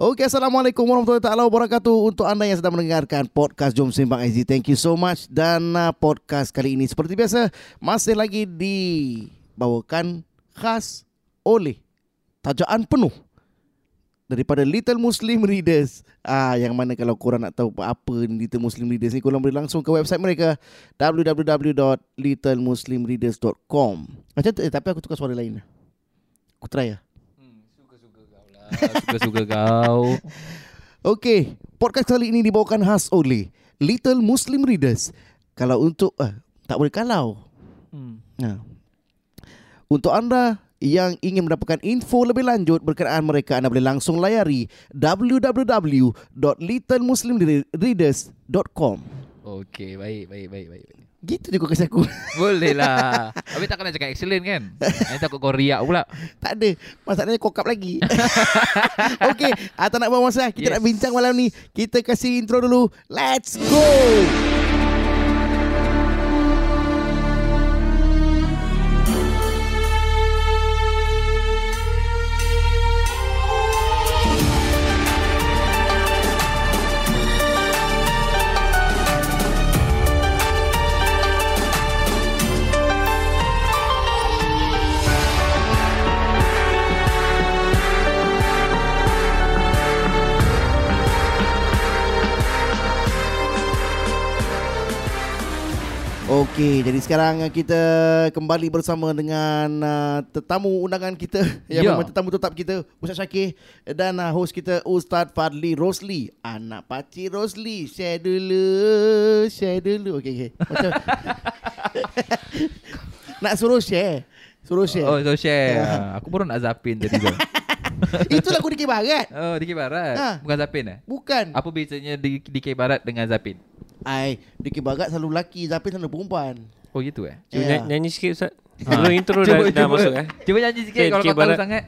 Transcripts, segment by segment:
Okey, Assalamualaikum warahmatullahi taala wabarakatuh untuk anda yang sedang mendengarkan podcast Jom Sembang SG. Thank you so much dan uh, podcast kali ini seperti biasa masih lagi dibawakan khas oleh tajaan penuh daripada Little Muslim Readers ah yang mana kalau korang nak tahu apa ni Little Muslim Readers ni korang boleh langsung ke website mereka www.littlemuslimreaders.com macam tu eh, tapi aku tukar suara lain aku try lah Suka-suka kau lah Suka-suka kau Okey, podcast kali ini dibawakan khas oleh Little Muslim Readers. Kalau untuk eh, tak boleh kalau. hmm. Nah. Untuk anda yang ingin mendapatkan info lebih lanjut berkenaan mereka anda boleh langsung layari www.littlemuslimreaders.com. Okay baik baik baik baik baik. Gitu je kau kasi aku. Boleh lah Habis takkan nak cakap excellent kan Nanti takut kau riak pula tak ada. Masalahnya kokap lagi. Okey, ah, tak nak buang masa. Kita yes. Yes. nak bincang malam ni. Kita kasih intro dulu. Let's go. Okey, jadi sekarang uh, kita kembali bersama dengan uh, tetamu undangan kita yang Ya. memang tetamu tetap kita Ustaz Syakir dan uh, host kita Ustaz Fadli Rosli, anak pakcik Rosli. Share dulu, share dulu. Okey okey. Macam Nak suruh share. Suruh Oh share. Oh. so share Aku baru nak zapin tadi tu Itu lagu Dikir Barat. Oh DK Barat Ha. Bukan zapin eh Bukan. Apa bezanya D- DK Barat dengan zapin Ai, Dikir Barat selalu lelaki, Zapin selalu perempuan. Oh gitu eh Ah. Cuba Ya. yeah. nyanyi sikit Ustaz. Sebelum intro dah, dah masuk eh. Ha. Cuba nyanyi sikit Okey, Kalau DK kau tahu Barat. sangat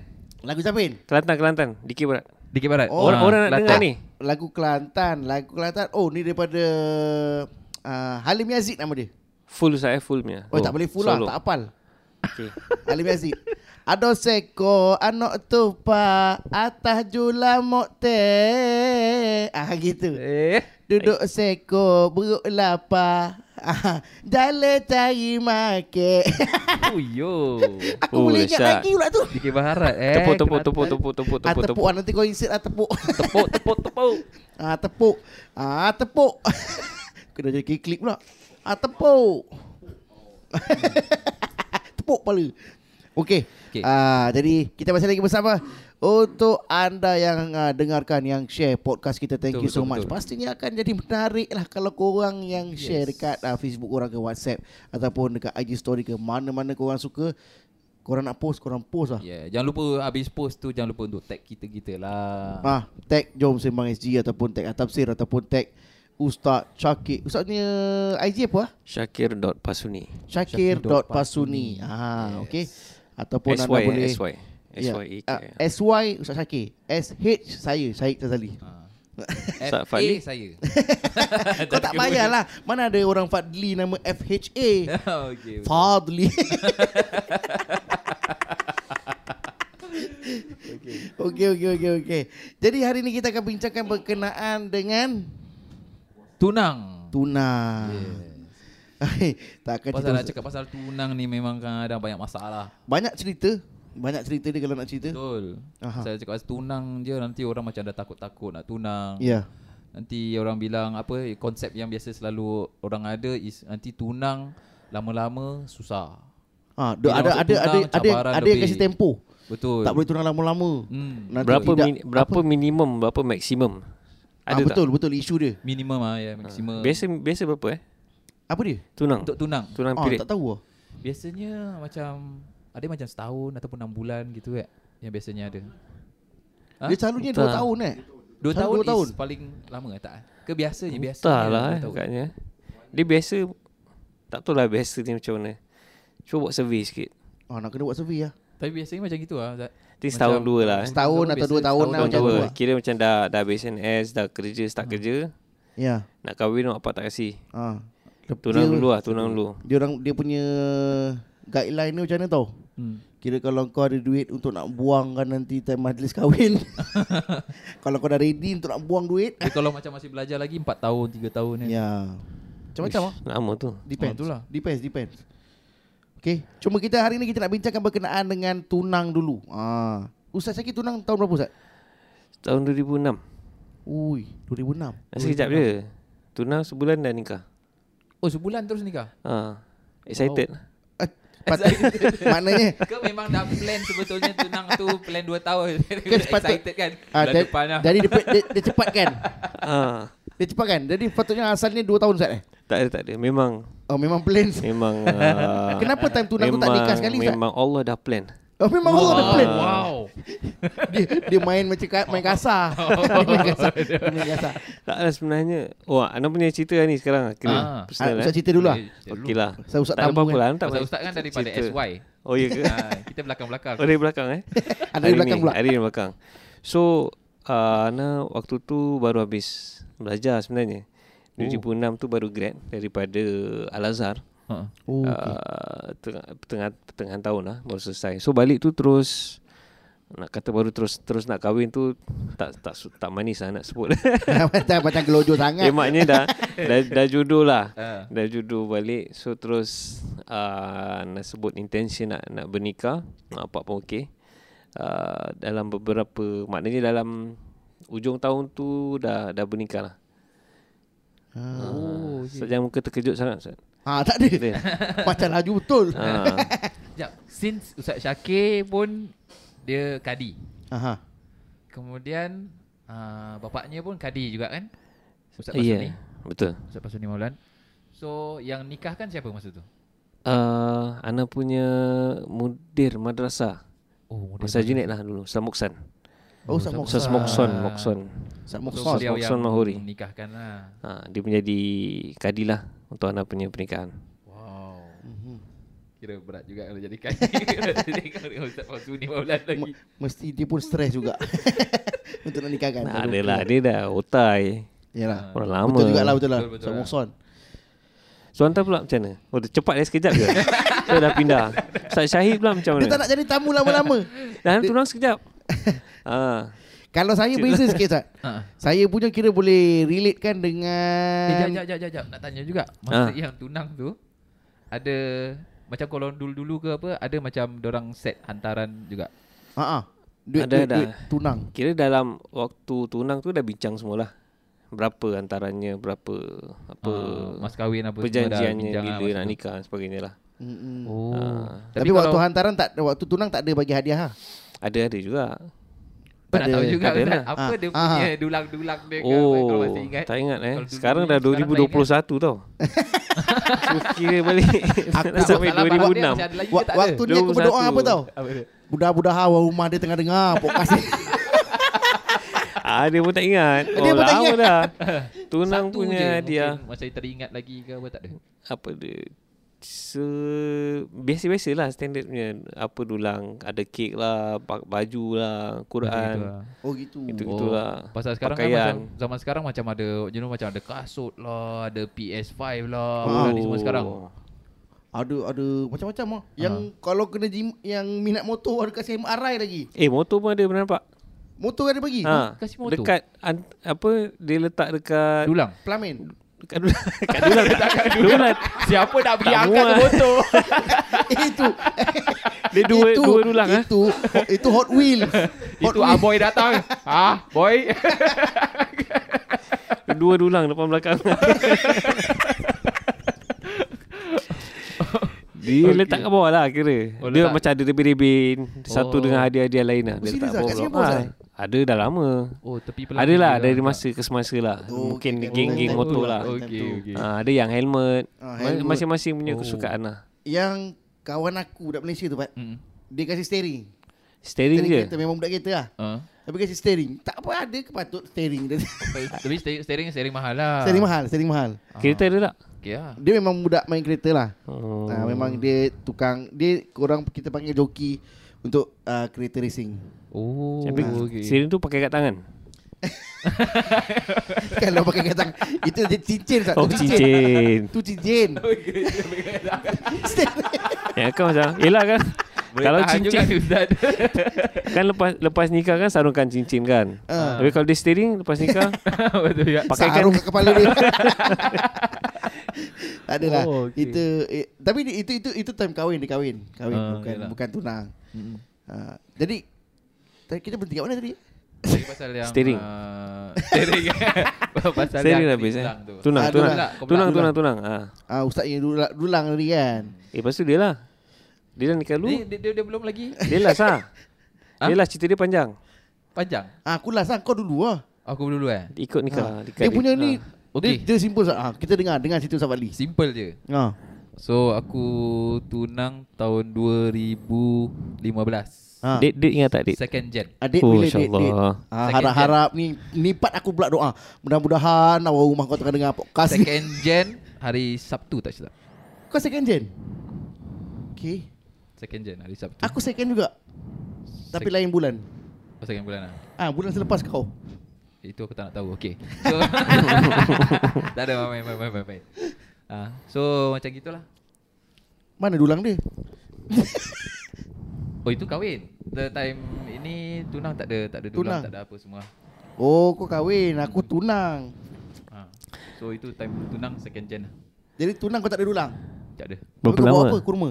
Lagu Zapin. Kelantan Kelantan, dikit berat. DK Barat Oh, Orang, orang Kelantan. nak dengar ni. Lagu Kelantan Lagu Kelantan Oh ni daripada uh, Halim Yazid nama dia Full Ustaz eh, full punya. Oh, tak boleh full lah solo. Tak hafal Okey. Halim Yazid Ado seko anak tupa Atas julamok te Ah gitu Eh Duduk seko beruk lapa ah, Jala cari make Uyo Aku Oh, boleh ingat dahsyat. lagi pula tu DK Barat eh Tepuk tepuk Kelantan. tepuk tepuk tepuk Ah tepuk tepuk tepuk. Ah, nanti kau insert ah tepuk Tepuk tepuk tepuk Ah tepuk. Ah tepuk. Kena jadi klip pula. Ah tepuk. tepuk kepala. Okey. Okey. Ah jadi kita masih lagi bersama untuk anda yang uh, dengarkan yang share podcast kita thank Betul, you so betul, much. betul. Pastinya akan jadi menarik lah kalau korang yang share dekat uh, Facebook korang ke WhatsApp ataupun dekat IG story ke mana-mana korang suka korang nak post korang post lah. Ya, yeah, jangan lupa habis post tu jangan lupa untuk tag kita-kita lah. Ah, tag Jom Sembang SG ataupun tag Atamsir ataupun tag Ustaz Syakir. Ustaz punya IG apa ah? Syakir.pasuni. Syakir.pasuni. Ah, yes. okey. Ataupun anda SY boleh SY. Ya. SY. Ah, SY Ustaz Syakir. SH saya, Syahid Tazali. Ustaz FA Fadli. saya. Kau tak payahlah. Mana ada orang Fadli nama FHA. Okey. Fadli. Okey okey okey okey. Jadi hari ni kita akan bincangkan berkenaan dengan Tunang. Tunang. Yeah. Takkan cerita Pasal nak Kan cakap pasal tunang ni memang kadang banyak masalah. banyak cerita, banyak cerita dia kalau nak cerita. Betul. Ya. Aha. Saya cakap pasal tunang je nanti orang macam dah takut-takut nak tunang. Ya. Nanti orang bilang apa eh, konsep yang biasa selalu orang ada is nanti tunang lama-lama susah. Ha, Bila ada ada ada masuk ada tunang, ada, cabaran ada yang lebih. kasi tempo. Betul. Tak boleh tunang lama-lama. Hmm. Nanti Berapa tidak- min, berapa minimum, berapa maksimum? Ah, Ada betul tak? betul isu dia. Minimum ah ya maksimum. Biasa biasa berapa eh? Apa dia? Tunang. untuk tunang. Tunang Ah, period. tak tahu ah. Biasanya macam ada yang macam setahun ataupun enam bulan gitu kan yang biasanya ada. Ha? Dia selalunya 2 Tak. tahun eh. Dua Selalu tahun, dua tahun. is paling lama ke tak? Ke biasanya biasanya Tak lah eh, dua tahun. agaknya. Dia biasa tak tahu lah biasa ni macam mana. Cuba buat survey sikit. Ah, nak kena buat survey lah. Tapi biasanya macam gitu lah Zat. Nanti setahun Macam dua lah eh. Setahun Biasa atau 2 tahun lah Tahun macam tu. tua lah. Hmm. Kira macam dah Dah habis NS Dah kerja Start kerja Ya. Nak kahwin mak Bapak tak kasi Ha. Tunang dulu lah Tunang dulu Dia orang dia punya guideline ni macam mana tau? Hmm. Kira kalau kau ada duit untuk nak buang kan nanti time majlis kahwin Kalau kau dah ready untuk nak buang duit Dia kalau macam masih belajar lagi 4 tahun, 3 tahun eh. ni. Ya Macam-macam lah Lama tu Depends Oh, itulah. Depends Depends Okay Cuma kita hari ni kita nak bincangkan berkenaan dengan tunang dulu ah. Ustaz Syakir tunang tahun berapa Ustaz? Tahun 2006 Ui 2006 Rasa kejap je Tunang sebulan dah nikah Oh, sebulan terus nikah. ha. Excited Ah, patut- Maknanya Ke memang dah plan sebetulnya tunang tu plan 2 tahun. Kan sepatut- Excited kan. ah, Bulan da- depan lah. Jadi dia, pe- dia, dia cepat kan ha. Dia cepat kan Jadi patutnya asalnya 2 tahun Ustaz eh? Tak ada tak ada Memang Oh memang plan Memang ah, Kenapa time tunang tu tak memang- nikah sekali, Ustaz? Memang Allah dah plan Oh memang Allah ada plan Wow. dia, dia main macam ka- main kasar Dia main kasar Ah, Dia main kasar Tak lah sebenarnya Oh Ana punya cerita ni Ah. sekarang Kena Ah, personal Ustaz eh cerita dulu lah Okey lah Saya usah Tak tamu ada apa-apa kan lah Ana tak Pasal payah Ustaz kan daripada cerita. SY. Oh ya ke Ah, kita belakang-belakang. Oh dari belakang eh Ada di Hari belakang ni, pula Hari ni belakang So uh, Ana waktu tu baru habis Belajar sebenarnya Oh. 2006 tu baru grad Daripada Al-Azhar Ha. Oh, okay. uh, tengah, pertengahan, pertengahan tahun lah Baru selesai So balik tu terus nak kata baru terus terus nak kahwin tu tak tak su- tak manis lah nak sebut. macam, macam kelojo sangat eh maknanya dah dah, dah jodoh lah. Ah. Dah jodoh balik so terus uh, nak sebut intention nak nak bernikah apa pun okey. Uh, dalam beberapa maknanya dalam ujung tahun tu dah dah bernikah lah. Ah. Oh, so, jangan muka terkejut sangat Ustaz. Ha, tak ada. Betul. Macam laju betul. Ah. Sekejap. Since Ustaz Syakir pun dia kadi. Aha. Kemudian uh, bapaknya pun kadi juga kan? Ustaz Basuni. Ya. Betul. Ustaz Basuni Maulan. So yang nikah kan siapa masa tu? Uh, Ana punya mudir madrasah. Oh, muda. Masa Junaid lah dulu. Ustaz Moksan. Oh, Ustaz Ustaz Ustaz Moksan. Mokson. Mokson. Ustaz So, Moksan. beliau Mokson yang Mahuri. Nikahkan lah. Ha, dia menjadi kadi lah untuk Ana punya pernikahan. Wow. Mhm. Kira berat juga kalau jadi kadi. Kalau Ustaz Basuni Maulan lagi. M- Mesti dia pun stres juga. Untuk nak nikahkan. Nah, ada lah. Dia dah otai. Yalah. Orang Kan, lama. Betul juga lah, betul lah. Betul, betul Ustaz lah. Moksan. So, hantar pula macam mana? Oh, dia cepat dia sekejap je. Saya dah pindah. Ustaz Syahid pula macam Dia tak mana? nak jadi tamu lama-lama. Dah tunang sekejap. ha. Kalau saya beza sikit, Ustaz. Ha. Saya punya kira boleh relate kan Eh, jap, dengan... jap, jap, jap, jap. Nak tanya juga. Masa Ah. yang tunang tu, ada macam kalau dulu-dulu ke apa, ada macam orang set hantaran juga. Ha, ha. Duit, Ada, duit, ada. duit, tunang. Kira dalam waktu tunang tu dah bincang semualah. Berapa antaranya, berapa apa Uh, mas kahwin apa semua perjanjiannya dah bincang lah bila masa nak tu. nikah dan sebagainya lah. Mm-mm. Oh. Ah. Tapi, waktu hantaran tak waktu tunang tak ada bagi hadiah ha. Ada-ada juga. tak nak ada- tahu juga tak ada kan, lah. apa Ah, dia ah. punya dulang-dulang dia ke, kalau Oh, masih ingat. tak ingat eh. Kalau dulu- Sekarang dulu, dah sekarang tak 2021 tau. so, kira balik Aku- sampai Masalah barang dia masih 2006. ada lagi ke Wa- tak ada? waktu ni aku 21. berdoa apa tau? Apa dia? Budak-budak hawa rumah dia tengah dengar podcast ni. Ah, dia pun tak ingat. Dia Oh, dia pun tak lama ingat. dah. Tunang Satu je punya mungkin dia Masih teringat lagi ke apa tak ada? apa dia se biasa-biasa lah standard punya apa dulang ada kek lah ba- baju lah Quran Macam gitu lah. Oh gitu. itu gitulah Pasal sekarang lah. Pakaian. kan macam zaman sekarang macam ada you know macam ada kasut lah, ada PS5 lah, Oh. oh. ni semua sekarang. Ada ada macam-macam ah. Yang kalau kena jim, yang minat motor ada kasi MRI lagi. eh motor pun ada benar nampak Motor ada bagi. Ha. ha, Kasih Eh, motor? dekat an, apa dia letak dekat Dulang. Plamen. Kat dulang Kat dulang tak kat dulang Siapa nak pergi Tak angkat muat. ke motor? itu. Dia dua itu, dua dulang ah. Itu ho- itu Hot Wheels. Hot Itu aboy datang. ah, boy. Dua dulang depan belakang. Dia Okey. okay. letak kat bawah lah kira Oh, oh, Dia letak. macam ada rebin-rebin Oh. Satu dengan hadiah-hadiah lain lah Oh, Dia serious ah? letak kat Kat bawah Singapore, Ah, Zai? Ada dah lama Oh, tepi pelan. Adalah lah, dari masa ke semasa lah Oh, Mungkin okay, okay. geng-geng Oh, motor lah oh. Okey, okey. Ah, Ada yang helmet Ah, Ma- helmet. Masing-masing punya Oh. kesukaan lah Yang kawan aku dekat Malaysia tu Pat. Hmm. Dia kasi steering. Steering je kereta memang budak kereta lah. Ah. Tapi kasi steering. Tak apa ada ke patut steering dia. Tapi steering- steering steering mahal lah. steering mahal, steering mahal. Ah. Kereta ada tak? Okey lah. Dia memang budak main kereta lah. Oh. Ha, memang dia tukang dia orang kita panggil joki untuk uh, kereta racing. Oh, Tapi okey. steering tu pakai kat tangan Kalau Kan, pakai kata itu dia cincin Ustaz. Oh Tu cincin Tu cincin. Yang kau Ya, macam Yelah kan Boleh Kalau tahan juga cincin- Ustaz. Kan lepas lepas nikah kan sarungkan cincin kan. Ah. Tapi kalau dia steering lepas nikah Betul juga. Pakai kan- Sarung kat kepala dia. tak adalah. Oh, Oh, okey. okay. Itu eh, tapi di- itu itu itu time kahwin dia kahwin. Kahwin Ah, uh, bukan yalah. yalah. bukan tunang. Uh, jadi tadi kita bertiga mana tadi? Tadi pasal yang Steering. uh, Steering Pasal steering yang habis eh. hilang tu. Tunang, Ah, tunang. dulang, kau Tunang, belang, tunang, tunang. Ha. Ah ustaz yang dulang, dulang tadi kan. Eh, lepas tu dia lah. Dia dah nikah Ni, dulu. dia, dia, dia belum lagi Dia lah sah. Ha? Dia lah cerita dia panjang. Panjang Ah aku last ah kau dulu ah. Aku dulu eh Ikut nikah. dekat Dia punya ni Okey. dia, dia simple sah. Ah kita dengar dengar situ Ustaz Fadli. Simple je Ah. So aku tunang tahun 2015 Ah. Date, date ingat tak date? Second gen Adik Oh, bila date, date. insyaAllah. Ah, Second harap-harap ni ni part aku pula doa. Mudah-mudahan awak rumah kau tengah dengar podcast ni. Second gen hari Sabtu tak silap Kau second gen? Okay Second gen hari Sabtu Aku second juga Tapi Sec- lain bulan Oh, Second bulan lah Ah bulan selepas kau Itu aku tak nak tahu Okay so, Tak ada main main main main, main. Ah, So macam gitulah Mana dulang dia? Oh itu kahwin The time ini tunang tak ada tak ada Tunang. dulang tak ada apa semua Oh kau kahwin Aku tunang ha. So itu time tunang second gen lah Jadi tunang kau tak ada dulang Tak ada Tapi Berapa kau lama? apa? Kurma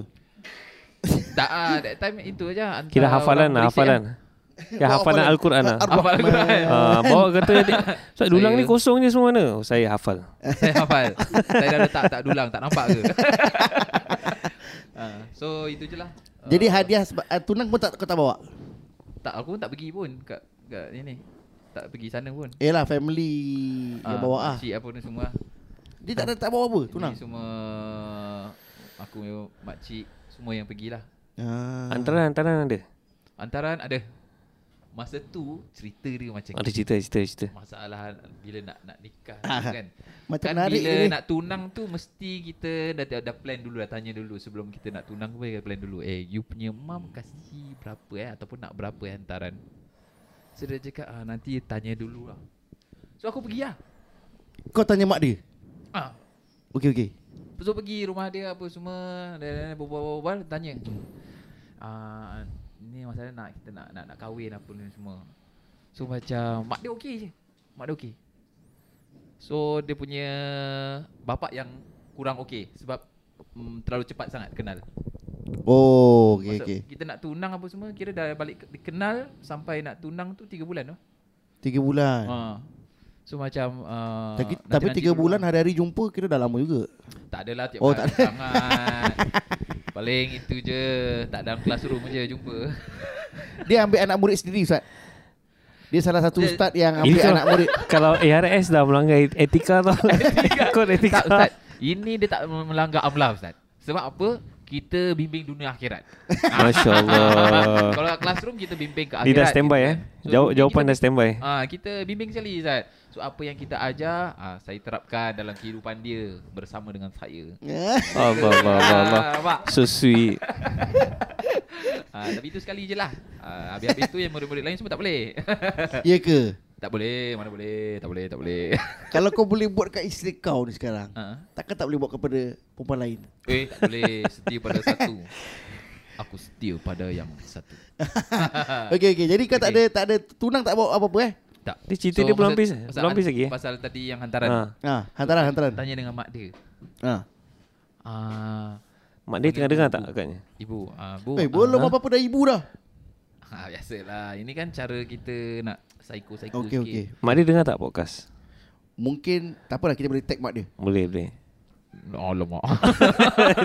Tak ah, that time itu aja hantar Ah, Kira hafalan orang kan? lah, Malaysia hafalan. Ya Bawa hafalan Al-Quran lah. Ar- Hafalan Al-Quran. Ah, bawa kata Ustaz dulang ni Saya- kosong je semua mana? Oh, saya hafal. eh. Saya hafal Saya dah letak tak dulang Tak nampak ke ha. So itu je lah Jadi hadiah seba- ah, Tunang pun tak, kau tak bawa? Tak aku pun tak pergi pun Kat, kat ni ni Tak pergi sana pun Yelah family Yang Ah, bawa ah Makcik apa ni semua Dia tak, ada, tak bawa apa? Tunang Ini semua Aku punya makcik Semua yang pergilah ah. Antara-antara ada. Antaran ada Masa tu Cerita dia macam Ada Ah, cerita, cerita, cerita. masalah bila nak nak nikah tu kan. Ah, Macam kan menarik bila ni. nak tunang tu mesti kita dah dah, dah plan dulu dah tanya dulu sebelum kita nak tunang pun kita plan dulu. Eh you punya mum kasi berapa eh ataupun nak berapa eh hantaran. So dia cakap ah, nanti tanya dulu lah. So aku pergi lah. Kau tanya mak dia? Ah, Okey okey Lepas tu pergi rumah dia apa semua dan berbual-bual tanya. Ah ni masalah nak kita nak nak, nak kahwin apa ni semua. So macam mak dia okey je. Mak dia okey. So dia punya bapak yang kurang okey sebab mm, terlalu cepat sangat kenal. Oh okey Masa okey Kita nak tunang apa semua kira dah balik ke- kenal sampai nak tunang tu 3 bulan tu. Tiga bulan Ha. So macam uh, Tapi, tapi tiga bulan hari-hari jumpa Kira dah lama juga Tak adalah tiap Oh, hari tak ada. sangat. Paling itu je Tak dalam classroom je jumpa Dia ambil anak murid sendiri Ustaz Dia salah satu Dia- ustaz yang ambil Itu- anak murid Kalau ARS dah melanggar et- etika tau. Kod etika. Tak Ustaz Ini dia tak melanggar amla Ustaz Sebab apa Kita bimbing dunia akhirat Masya Allah. Kalau kat classroom kita bimbing ke akhirat Dia Oh. dah standby kita- eh. So, Jaw- bimbing jawapan kita- dah standby. Ah kita bimbing sekali Ustaz. So apa yang kita ajar, ah saya terapkan dalam kehidupan dia bersama dengan saya. Allah Allah Allah. Allah. Ah, nampak? So sweet. Ah tapi itu sekali je lah. Ah habis-habis tu yang murid-murid lain semua tak boleh. Ya ke? tak boleh, mana boleh, tak boleh, tak boleh. Kalau kau boleh buat kat isteri kau ni sekarang Ah. Takkan tak boleh buat kepada perempuan lain Eh tak boleh setia pada satu Aku setia pada yang satu Okey okey. Jadi kau tak ada Ah. Okey. tak ada tunang tak bawa apa-apa eh? Tak Dia cerita dia belum pasal- habis, pasal belum han- habis lagi, eh? Pasal tadi yang hantaran Ha. Ha, hantaran hantaran. Tanya dengan mak dia Ha. Ah, Mak dia tengah dengar tak agaknya? Ibu ah, Bu eh, belum apa-apa dah ibu dah. ah, Biasalah Ini kan cara kita nak Psycho-psycho Okey sikit okey. Mak dia dengar tak podcast? Mungkin tak apalah kita boleh tag mak dia. Boleh boleh. Alamak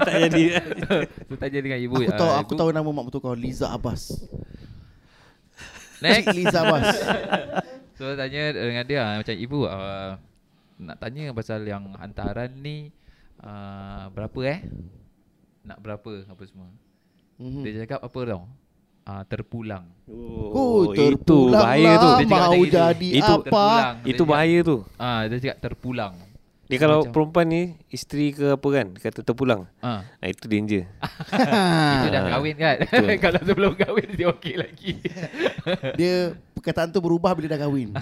tak jadi. So tanya dengan ibu Aku ah, tahu ibu. aku tahu nama mak betul kau Liza Abbas. Next Cik Liza Abbas. So tanya dengan dia ah, Macam ibu ah, Nak tanya pasal yang hantaran ni ah, Berapa eh Nak berapa Apa semua Mhm. Dia cakap apa tau uh, Terpulang Oh, lah. itu bahaya tu. terpulanglah Dia cakap Mau macam itu. jadi Itu apa? terpulang. Dia Itu cakap- bahaya tu. Ah, Dia cakap terpulang Dia kalau Macam- perempuan ni isteri ke apa kan dia kata terpulang. ah, Ah itu danger. Itu dah kahwin kan Betul. Kalau sebelum kahwin Dia okey lagi Dia perkataan tu berubah bila dah kahwin.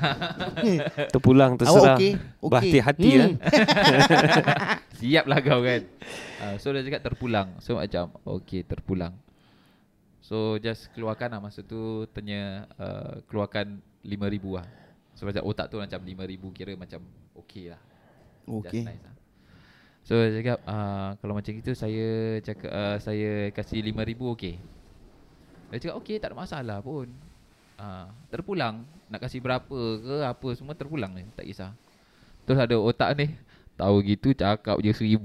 Terpulang terserah. Awak Ah, okey? Okey. Berhati-hati Hmm. kan. ya. Siap lah kau kan ah, So dia cakap terpulang So macam Okay terpulang So just keluarkan lah masa tu tanya uh, keluarkan 5000 lah. So macam otak tu macam 5000 kira macam okey lah. Okey. Just nice lah. So dia cakap uh, kalau macam itu saya cakap uh, saya kasih 5000 okey. Dia cakap okey tak ada masalah pun. Uh, terpulang nak kasih berapa ke apa semua terpulang ni tak kisah. Terus ada otak ni tahu gitu cakap je 1000.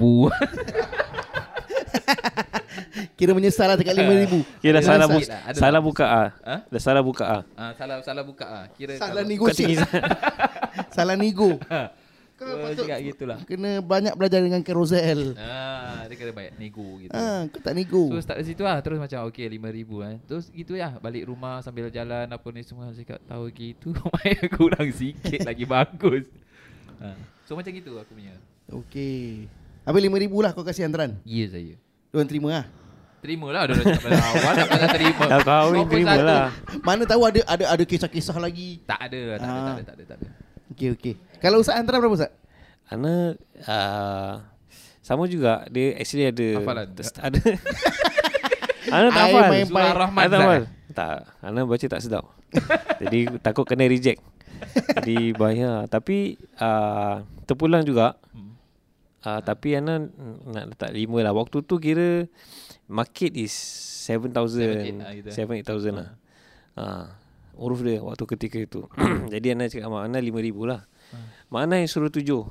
Kira menyesal lah dekat 5000. Kira dah Ada salah, lah, bu- sakit lah, ada lah. salah buka ah. Ha? Dah salah buka ah. Ah salah salah buka ah. Kira Salah kalau- negosiasi. Salah nego. Kau cakap gitulah. Kena banyak belajar dengan Carousel. Ah, dia kena banyak nego gitu. Ah, kau tak So nego. start dari situ lah Terus macam okay 5,000 eh Terus gitu ya Balik rumah sambil jalan Apa ni semua Saya cakap tahu gitu Main kurang sikit lagi bagus ha. So macam gitu aku punya Okey. Habis 5000 lah kau kasih hantaran. Ya saya Diorang terima lah. Terima lah Dia cakap pada awal Tak pernah terima Dah kahwin Kau pun terima satu. lah. Mana tahu ada ada ada kisah-kisah lagi. Tak ada lah tak, ada, tak ada tak ada tak ada Okey okey. Kalau Ustaz hantaran berapa Ustaz? Ana uh, sama juga dia actually ada Hafalan. test- ada Ana tak I hafal. main Surah Baik. Rahman Ana tak Zai. hafal. Tak, Ana baca tak sedap. Jadi takut kena reject. Jadi bahaya. Tapi uh, terpulang juga. Hmm. Uh, tapi Ana n- nak letak lima lah. Waktu tu kira market is 7,000 Seven, eight lah gitu. Ah. 7-8,000 lah. Uh, uruf dia waktu ketika itu. Jadi Ana cakap dengan Mak Ana 5,000 lah. Ah. Mak Ana yang suruh tujuh.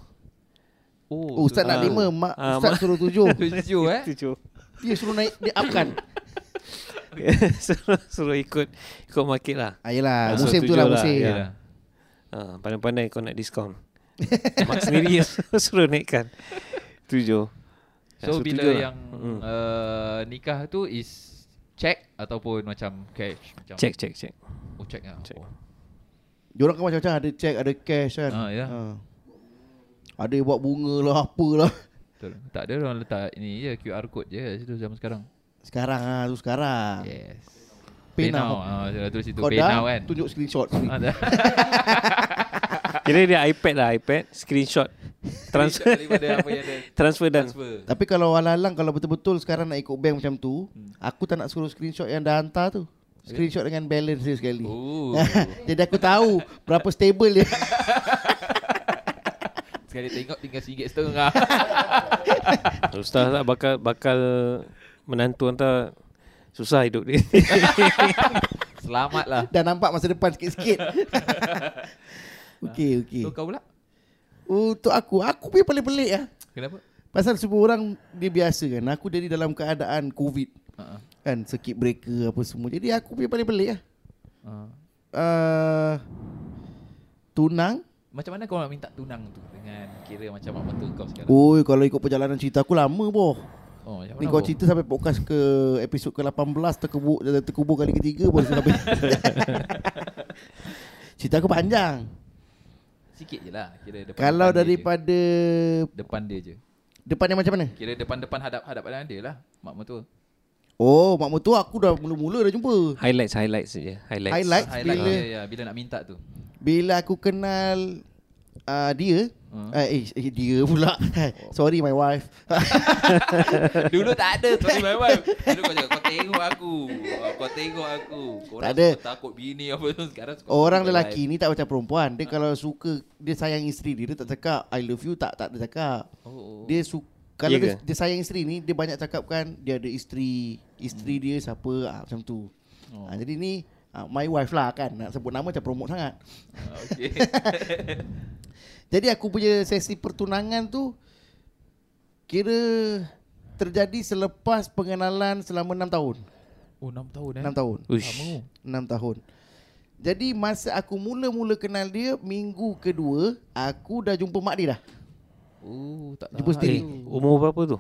Oh, Ustaz nak Ah. lima, mak Ah, Ustaz mak- suruh tujuh. Tujuh eh Tujuh. Dia suruh naik, dia upkan. suruh, suruh ikut ikut market lah. Ah, yelah, Ah, musim suruh tu lah tujuh lah, musim. ya. Yelah. Ha, pandai-pandai kau nak diskaun. Mak sendiri yang suruh, suruh naikkan. Tujuh. Ya, So suruh bila tujuh lah. yang Mm. uh, Nikah tu is Check ataupun macam cash macam Check, check, check. Oh check lah Check. Oh. Diorang kan macam-macam ada cek, ada cash kan. Ah, ya. Ah. Ada yang buat bunga lah, apa lah. Betul. Tak ada orang letak ni je QR code je kat situ zaman sekarang. Sekarang ah, tu sekarang. Yes. Pay Pay now. now. Ah, saya tulis situ Kau pay dah now kan. tunjuk screenshot. sini. Ah, dah. Kira dia iPad lah, iPad. Screenshot. Transfer. daripada apa yang ada transfer dan. transfer. Tapi kalau alang-alang kalau betul-betul sekarang nak ikut bank macam tu, Hmm. aku tak nak suruh screenshot yang dah hantar tu. Screenshot dengan balance dia sekali. Oh. Jadi aku tahu berapa stable dia. Sekali tengok tinggal RM1.5 setengah. Ustaz lah, tak bakal, bakal menantu hantar susah hidup dia. Selamatlah. Dah nampak masa depan sikit-sikit. Okey, okey. So kau pula? Untuk aku, aku punya paling pelik lah. Kenapa? Pasal semua orang dia biasa kan. Aku dari dalam keadaan COVID. Ha. Kan, circuit breaker apa semua. Jadi aku punya paling pelik lah. Uh. Uh, tunang. Macam mana kau nak minta tunang tu dengan kira macam apa tu kau sekarang? Oi, kalau ikut perjalanan cerita aku lama boh. Oh, macam Oh. Ni mana? kau bro? cerita sampai podcast ke episod ke-18 terkubur terkubur kali ketiga baru sampai. cerita aku panjang. sikit je lah kira depan. Kalau depan dia daripada je. depan dia je. depan yang macam mana? Kira depan-depan hadap-hadap dengan dia lah. Mak mertua. Oh, mak mertua aku dah mula-mula dah jumpa. highlights, highlights saja. Highlights. Highlight. Lights Highlight bila- dia ya, bila nak minta tu. Bila aku kenal uh, dia, Hmm. uh, eh, eh dia pula. Sorry my wife. Dulu tak ada Sorry my wife Dulu kau cakap Kau tengok aku Ah, Kau tengok aku Kau Tak ada. Oh, takut bini apa tu Sekarang suka Orang orang lelaki ni tak macam perempuan. Dia kalau suka dia sayang isteri dia, dia tak cakap I love you tak tak dia cakap. lain. oh, Dia suka kalau Ya dia, ke? dia sayang isteri ni dia banyak cakapkan dia ada isteri, isteri dia siapa ah, macam tu. Oh. Ah, jadi ni ah, my wife lah kan nak sebut nama macam promote sangat. Ah, okay. Jadi aku punya sesi pertunangan tu kira terjadi selepas pengenalan selama 6 tahun. Oh 6 tahun eh 6 tahun. Uish. 6 tahun. Jadi masa aku mula-mula kenal dia minggu kedua aku dah jumpa mak dia dah. Oh tak Jumpa tahan sendiri. Eh, umur berapa tu?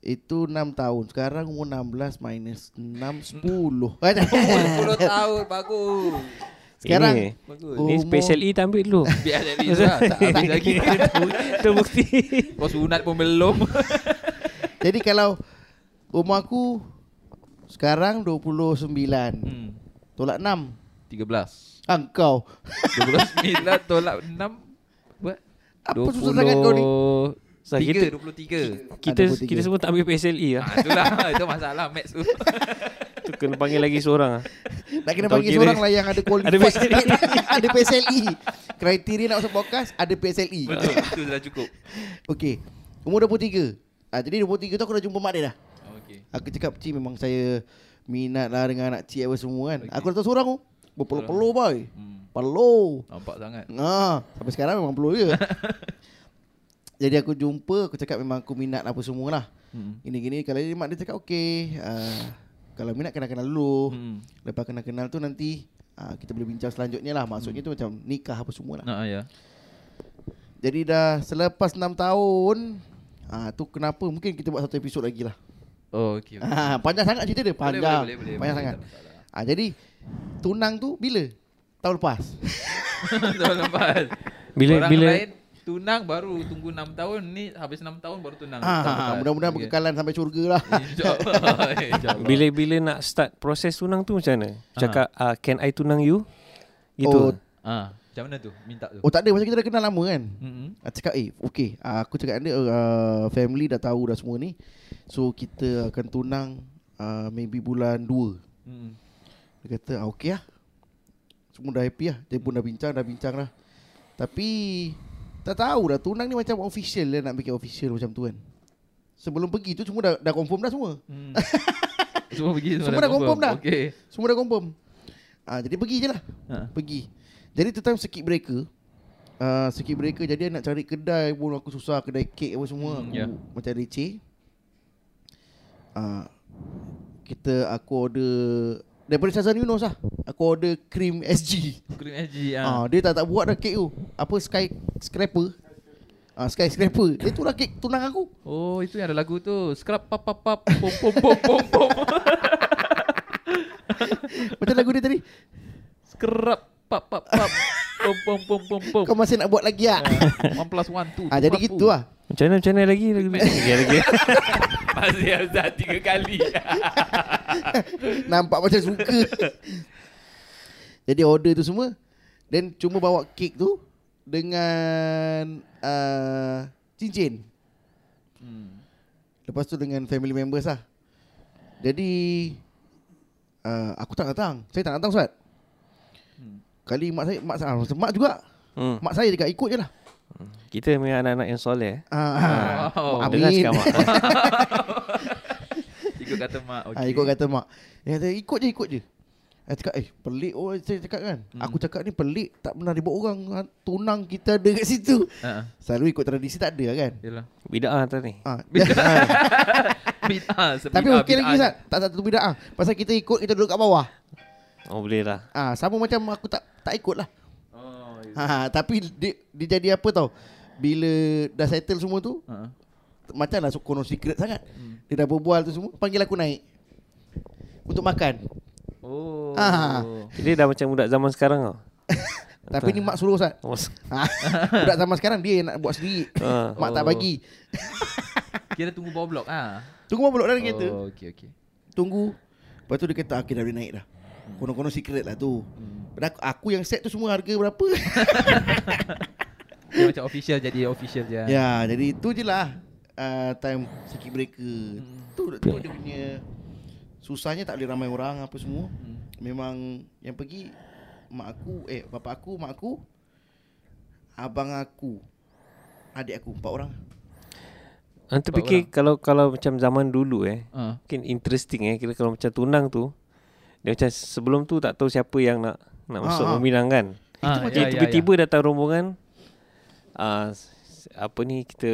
Itu 6 tahun. Sekarang umur 16 minus 6 10. Eh, tak. tu. 10 tahun Bagus Sekarang Ini, Bagus ni Umur- special E tak ambil dulu. Biar jadi je lah Tak habis lagi Terbukti. Kau sunat pun belum jadi kalau umur aku sekarang 29. hmm. Tolak 6. 13 Ah, Engkau. 29 tolak 6 Buat Apa susah sangat kau ni? Sah, 23 23 kita- Kita Ada pun tiga. kita semua tak ambil PSLE lah. Ah, itulah Itu masalah Max tu Tu kena panggil lagi seorang ah. Nak kena Atau panggil kira- seorang lah yang ada Ada qualified. PSLE. ada PSLE. E. Kriteria nak masuk podcast ada PSLE. Betul, itu dah cukup. E. Okey. Umur 23. Ah, jadi 23 tu aku dah jumpa mak dia dah. Okey. Aku cakap Cik memang saya minat lah dengan anak cik apa semua kan. Aku datang seorang tu. Berpeluh-peluh boy. Hmm. Peluh. Nampak sangat. Ha, sampai sekarang memang peluh dia. Jadi aku jumpa, aku cakap memang aku minat apa semua lah. Hmm. Gini-gini, kalau dia mak dia cakap okey. Uh, kalau minat kenal-kenal dulu. Hmm. Lepas kenal-kenal tu nanti uh, kita boleh bincang selanjutnya lah. Maksudnya tu macam nikah apa semua lah. Hmm. Nah, ya. Jadi dah selepas 6 tahun, ah tu kenapa mungkin kita buat satu episod lagi lah. Oh, okey. okey. Ah, panjang sangat cerita dia, panjang. boleh, boleh, panjang boleh, sangat. tak masalah. Ah jadi tunang tu bila? Tahun lepas. Tahun lepas. Bila- Orang bila- lain tunang baru tunggu 6 tahun ni habis 6 tahun baru tunang. Tahun ah, lepas. mudah-mudahan Okey. berkekalan sampai syurga lah. InsyaAllah Insya-Allah. Bila-bila nak start proses tunang tu macam mana? Cakap uh, can I tunang you? Oh, Gitu. Ah, Macam mana tu? Minta tu Oh tak ada, masa kita dah kenal lama kan. Mm-mm. Ah, cakap eh okey, ah, aku cakap dengan dia uh, family dah tahu dah semua ni. So kita akan tunang uh, maybe bulan 2. Mm-mm. Dia kata ah, okey lah Semua dah happy lah Dia pun dah bincang Dah bincang lah Tapi Tak tahu dah Tunang ni macam official lah Nak bikin official macam tu kan Sebelum pergi tu Semua dah, dah confirm dah semua Mm. Semua pergi semua, Semua dah confirm dah. Okey. Semua dah confirm ah, Jadi pergi je lah Ha. Pergi Jadi tu time circuit breaker uh, Circuit breaker Jadi nak cari kedai pun Aku susah Kedai kek apa semua Hmm, Aku ya. macam receh uh, Kita Aku order Daripada Shazan Yunus lah Aku order krim SG Krim SG Ah, ah. dia tak tak buat dah kek tu. Apa sky scraper? Ah, sky scraper. Dia tu lah kek tunang aku. Oh, itu yang ada lagu tu. Scrap pap pap pap pom pom pom pom pom. Macam lagu dia tadi. Scrap pap pap pap pom pom pom pom pom. Kau masih nak buat lagi ah. One plus one two. Ah, jadi gitu lah. Macam mana macam mana lagi lagi lagi. lagi. Masih Azhar tiga kali. Nampak macam suka. jadi order tu semua. Then cuma bawa kek tu dengan uh, cincin. Hmm. Lepas tu dengan family members lah. Jadi uh, aku tak datang. Saya tak datang Ustaz. Hmm. Kali mak saya mak saya ah, mak juga. Hmm. Mak saya dekat ikut je lah. Kita memang anak-anak yang soleh. eh. Ah, Wow. Mak Dengar Amin. cakap mak. Ikut kata mak. Ah, ikut kata mak. Dia kata ikut je, ikut je. Saya cakap, eh pelik oh saya cakap kan. Hmm. Aku cakap ni pelik tak pernah dibuat orang. Ha, Tunang kita ada kat situ. Ha. Selalu ikut tradisi tak ada kan. Yalah. Bidah ah tadi. Ah, Bid'ah sebid'ah. tapi okey lagi bid'ah. Ustaz. Tak satu bid'ah. Pasal kita ikut kita duduk kat bawah. Oh boleh lah. Ah, sama macam aku tak tak ikut lah. Oh. is- Ha, tapi dia, dia jadi apa tau? Bila dah settle semua tu, Ha. macam lah konon secret sangat. Hmm. Dia dah berbual tu semua, panggil aku naik. Untuk makan. Oh. Ah. Dia dah macam budak zaman sekarang tau. Tapi ni mak suruh Ustaz. Ah, Budak zaman sekarang dia yang nak buat sendiri Ah. Mak tak Oh. bagi Kira tunggu bawah blok ah. Tunggu berapa bulan dalam kereta Oh, okey okey. Tunggu Lepas tu dia kata Okay dah boleh naik dah Konon-konon secret lah tu Hmm. Dan aku, aku yang set tu semua harga berapa Dia macam official jadi official je. ah. Ya jadi tu je lah uh, Time circuit breaker tu, tu dia punya Susahnya tak boleh ramai orang Apa semua Hmm. Memang yang pergi Mak aku Eh bapak aku Mak aku Abang aku Adik aku Empat orang Hantu Sebab fikir kalau kalau macam zaman dulu eh. Ah. Mungkin interesting eh. Kira kalau macam tunang tu. Dia macam sebelum tu tak tahu siapa yang nak Ah, nak masuk ah. meminang kan. Ah, Dia tiba-tiba datang rombongan. Uh, apa ni kita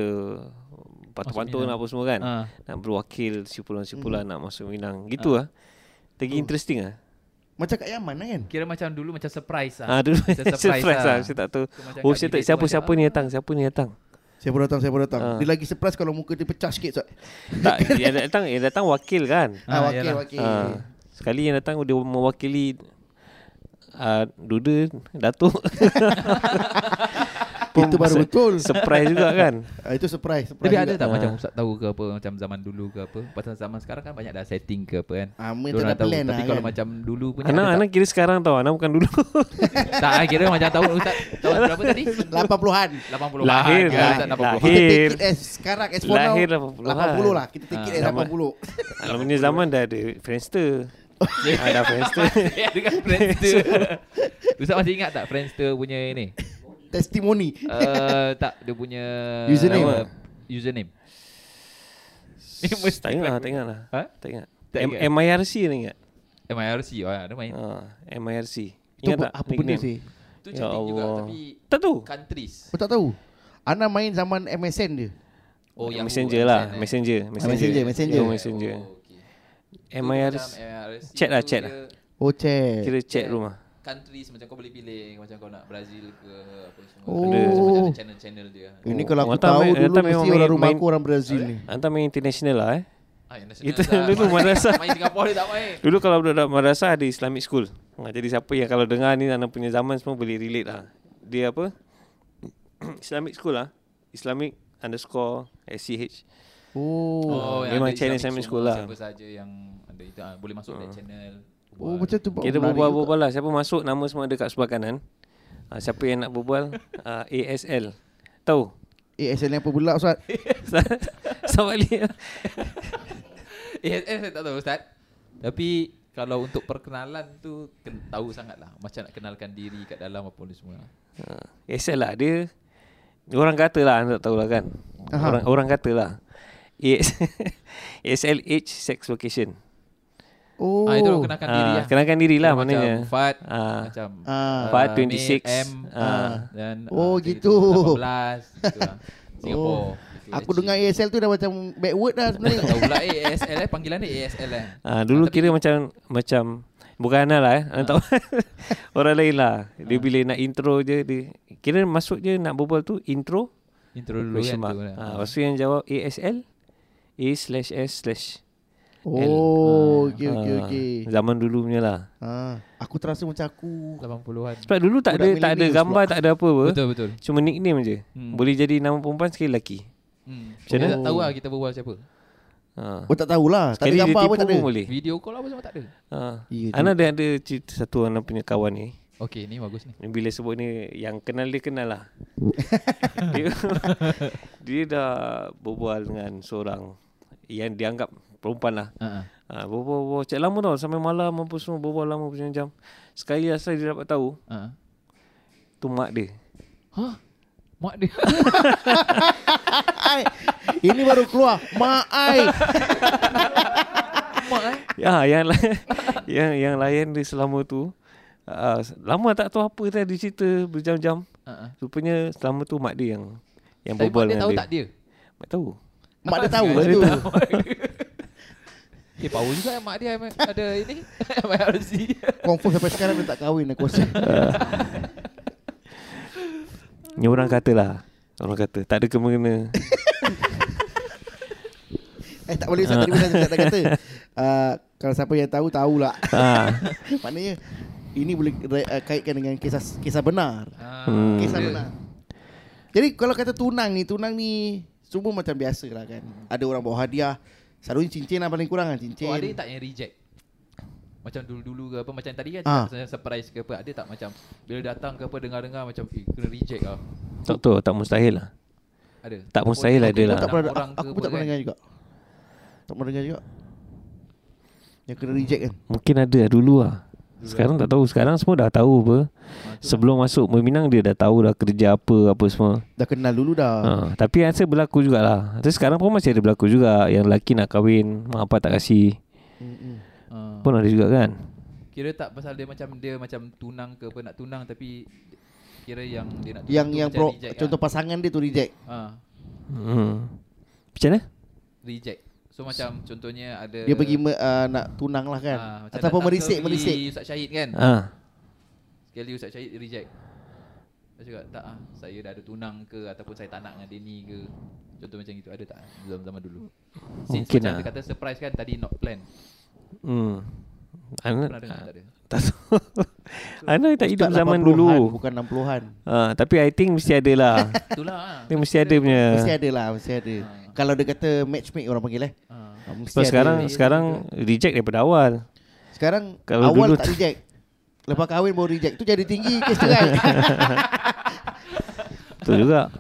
pantun-pantun Minang. apa semua kan. Ah. Hmm. Nak berwakil sipulan-sipulan nak masuk minang. Gitu lah. Lagi Oh. interesting lah. Macam kat Yaman lah kan Kira macam dulu macam surprise ah. Ah, dulu Macam surprise, surprise lah. Saya tak tahu. So, macam Oh, kat saya tak bilik tu siapa macam, siapa ni datang, siapa ni datang. Saya pun datang, saya pun datang. Ah. Dia lagi surprise kalau muka dia pecah sikit. Ustaz. tak, yang datang yang datang wakil kan. Ah, Ah, wakil, yalah. wakil. Ah, sekali yang datang dia mewakili uh, Duda Datuk. Itu baru Sur- betul. Surprise juga kan. Ah, itu surprise. surprise Tapi ada juga. tak Ah. macam Ustaz tahu ke apa Macam zaman dulu ke apa Pasal zaman sekarang kan banyak dah setting ke apa kan Ah, mungkin Diorang tak ada plan Tapi lah kalau kan. macam dulu punya Anak ada anak kira sekarang tau, anak bukan dulu. tak? Tak ah, kira macam tahun Ustaz Tahun berapa tadi? 80-an. 80 Lahir kan, lah. Ustaz, 80-an. Kita Lahir. take it as sekarang as for Lahir now. 80-an. 80 lah. Kita take it Ah, as zaman. 80. Alam punya zaman dah ada Friendster. ah, dah Friendster Dengan Friendster Ustaz masih ingat tak Friendster punya ni Eh, Testimoni Eh, uh, Tak dia punya Username. nama, Username Ni mesti Tak ingat lah Tak ingat lah Ha? Tak ingat Tak M- ingat. MIRC ni ingat MIRC oh, Dia main ha, MIRC Eh. Itu Ingat tak apa benda nickname? sih Tu Ya cantik juga Allah. Tapi Tak tahu Countries Aku tak tahu Ana main zaman MSN dia Oh yang Messenger lah Messenger Ah, Messenger, messenger. Yo, Ya, Messenger Oh, okay. MIRC Tu macam MIRC Chat lah, tu chat dia lah. Oh cek Kira Eh. chat ah. rumah Countries macam kau boleh pilih Macam kau nak Brazil ke Apa semua Oh. Ada Macam ada channel-channel dia Ini kalau aku Datang tahu Oh, main- dulu datang Mesti memang orang main- rumah main- Eh. aku orang Brazil ni Hantar main international lah eh Ah, yang national Itu lah. dulu madrasah Main Singapura dia tak main Dulu kalau budak-budak madrasah ada Islamic school. Ha, jadi siapa yang kalau dengar ni anak punya zaman semua boleh relate lah. Dia apa? Islamic school lah. Islamic underscore SCH. Oh Oh, yang memang ada channel Islamic Islamic semua, school lah. Siapa saja yang ada itu ah, Boleh masuk that channel Oh macam tu Kita menarik juga. berbual-berbual lah. Siapa masuk nama semua ada kat sebelah kanan. Ha, siapa yang nak berbual uh, ASL. Tahu? ASN ni apa pula Ustaz Sama dia. Eh, eh, saya tak tahu Ustaz Tapi Kalau untuk perkenalan tu ken- Tahu sangat lah Macam nak kenalkan diri kat dalam apa ni semua Ha, ASL lah dia. Orang kata lah, anda tak tahu lah kan. Aha. Orang orang kata lah. AS, ASLH sex vocation. Oh Ah, itu orang kenalkan diri Ah, lah Kenalkan diri lah Macam maknanya. Fat Ah. Macam Ah. Fat ah, 26. Mil, M Ah. dan, Oh, macam gitu. itu, 18 gitu lah. Singapore Oh. Aku gitu, actually. dengar ASL tu dah macam backward dah Tak tahu sebenarnya pula eh, ASL eh Panggilan dia ASL eh Ah, Ah, dulu tapi- kira macam macam bukan Ana lah eh. Ah. Ana tahu. Orang lain lah. Dia bila nak intro je dia kira masuk je nak berbual tu intro Intro dulu kan question mark. tu lah. Ah, lepas tu yang jawab ASL A slash S slash Oh okey okey Ah, okey Zaman dulu punya lah. Ah, Aku terasa macam aku 80-an Sebab dulu tak Budak ada tak ada millennials gambar, tak ada apa apa. Betul betul Cuma nickname je. Hmm. Boleh jadi nama perempuan sekali lelaki. hmm. Macam Kita mana? tak tahu lah kita berbual siapa Ha. Oh tak tahulah Tak ada Sekali dia gambar tipu pun tak ada pun boleh. Video call apa semua tak ada Ha. Ya, tu. Ana ada ada cerita satu Ana punya kawan ni. Okay ni bagus ni Ni Bila sebut ni Yang kenal dia kenal lah dia, dia dah berbual dengan seorang Yang dianggap perempuan lah uh-huh. ha, Berbual-berbual Cik lama tau Sampai malam apa semua Berbual lama berjam-jam Sekali asal dia dapat tahu Uh-huh. Tu mak dia Hah? Mak dia Ai, Ini baru keluar Mak ai Mak eh Ya yang, la- yang yang layan dia selama tu uh, Lama tak tahu apa tadi cerita Berjam-jam uh-huh. Rupanya selama tu mak dia yang Yang Tapi mak berbual dia dengan tahu dia tak dia Mak tahu Mak dia tahu lah Mak dia tu. Eh power juga eh, mak dia ada- ada ini MIRC Confirm sampai sekarang dia tak kahwin aku rasa. Ah. Ni orang kata lah Orang kata Tak ada kemengena Eh tak boleh Ustaz tadi Ustaz tak kata. Ah, kalau siapa yang tahu tahulah. ha. Maknanya ini boleh re- uh, kaitkan dengan kisah kisah benar. Ah, Hmm. Kisah dia. benar. Jadi kalau kata tunang ni, tunang ni semua macam biasa lah kan. Ada orang bawa hadiah. Selalunya cincin lah paling kurang kan cincin. Oh ada tak yang reject Macam dulu-dulu ke apa Macam tadi kan Ah. cakap pasal surprise ke apa Ada tak macam Bila datang ke apa Dengar-dengar macam Eh kena reject lah Tak tahu Tak mustahil lah Ada Tak mustahil Oh, ada aku Aku lah. tak pernah, orang aku, aku ke pun tak apa pernah kan? dengar juga. Tak pernah dengar juga. Yang kena reject kan. Mungkin ada lah dulu lah Sekarang tak tahu Sekarang semua dah tahu apa Ah, tu Sebelum masuk Meminang dia dah tahu dah kerja apa Apa semua Dah kenal dulu dah. Ah. ha. Tapi rasa berlaku jugalah Tapi sekarang pun masih ada berlaku juga Yang lelaki nak kahwin Mak apa tak kasih Mm-mm. Ah. Pun ada juga kan Kira tak pasal dia macam Dia macam tunang ke apa Nak tunang tapi Kira yang dia nak tunang Yang tu yang macam pro, kan? reject contoh pasangan dia tu reject. lah. Ah, hmm. Macam mana? Reject So macam contohnya ada Dia pergi me, uh, nak tunang lah kan. Ah, macam Ataupun datang merisik ke merisik. Ah. pergi Ustaz Syahid kan Ha. Sekali Ustaz Syahid reject Saya cakap tak ah Saya dah ada tunang ke Ataupun saya tak nak dengan dia ni ke Contoh macam itu Ada tak zaman-zaman dulu Since Mungkin macam lah. dia kata surprise kan Tadi not plan Hmm. Ana, Pernah dengar tak ada tak tahu Ana tak hidup Ustaz zaman 80-an, dulu lah, Bukan 60-an. ha, Tapi I think mesti ada lah Itulah ah. Dia mesti ada punya Mesti ada lah, mesti ada. Kalau dia kata matchmake orang panggil eh. Ah. Ah, Mesti Ah. Sebab ada. sekarang Sekarang reject daripada awal sekarang kalau awal dulu tak tu- reject. Lepas kahwin baru kan? reject. Tu jadi tinggi kes cerai. Betul juga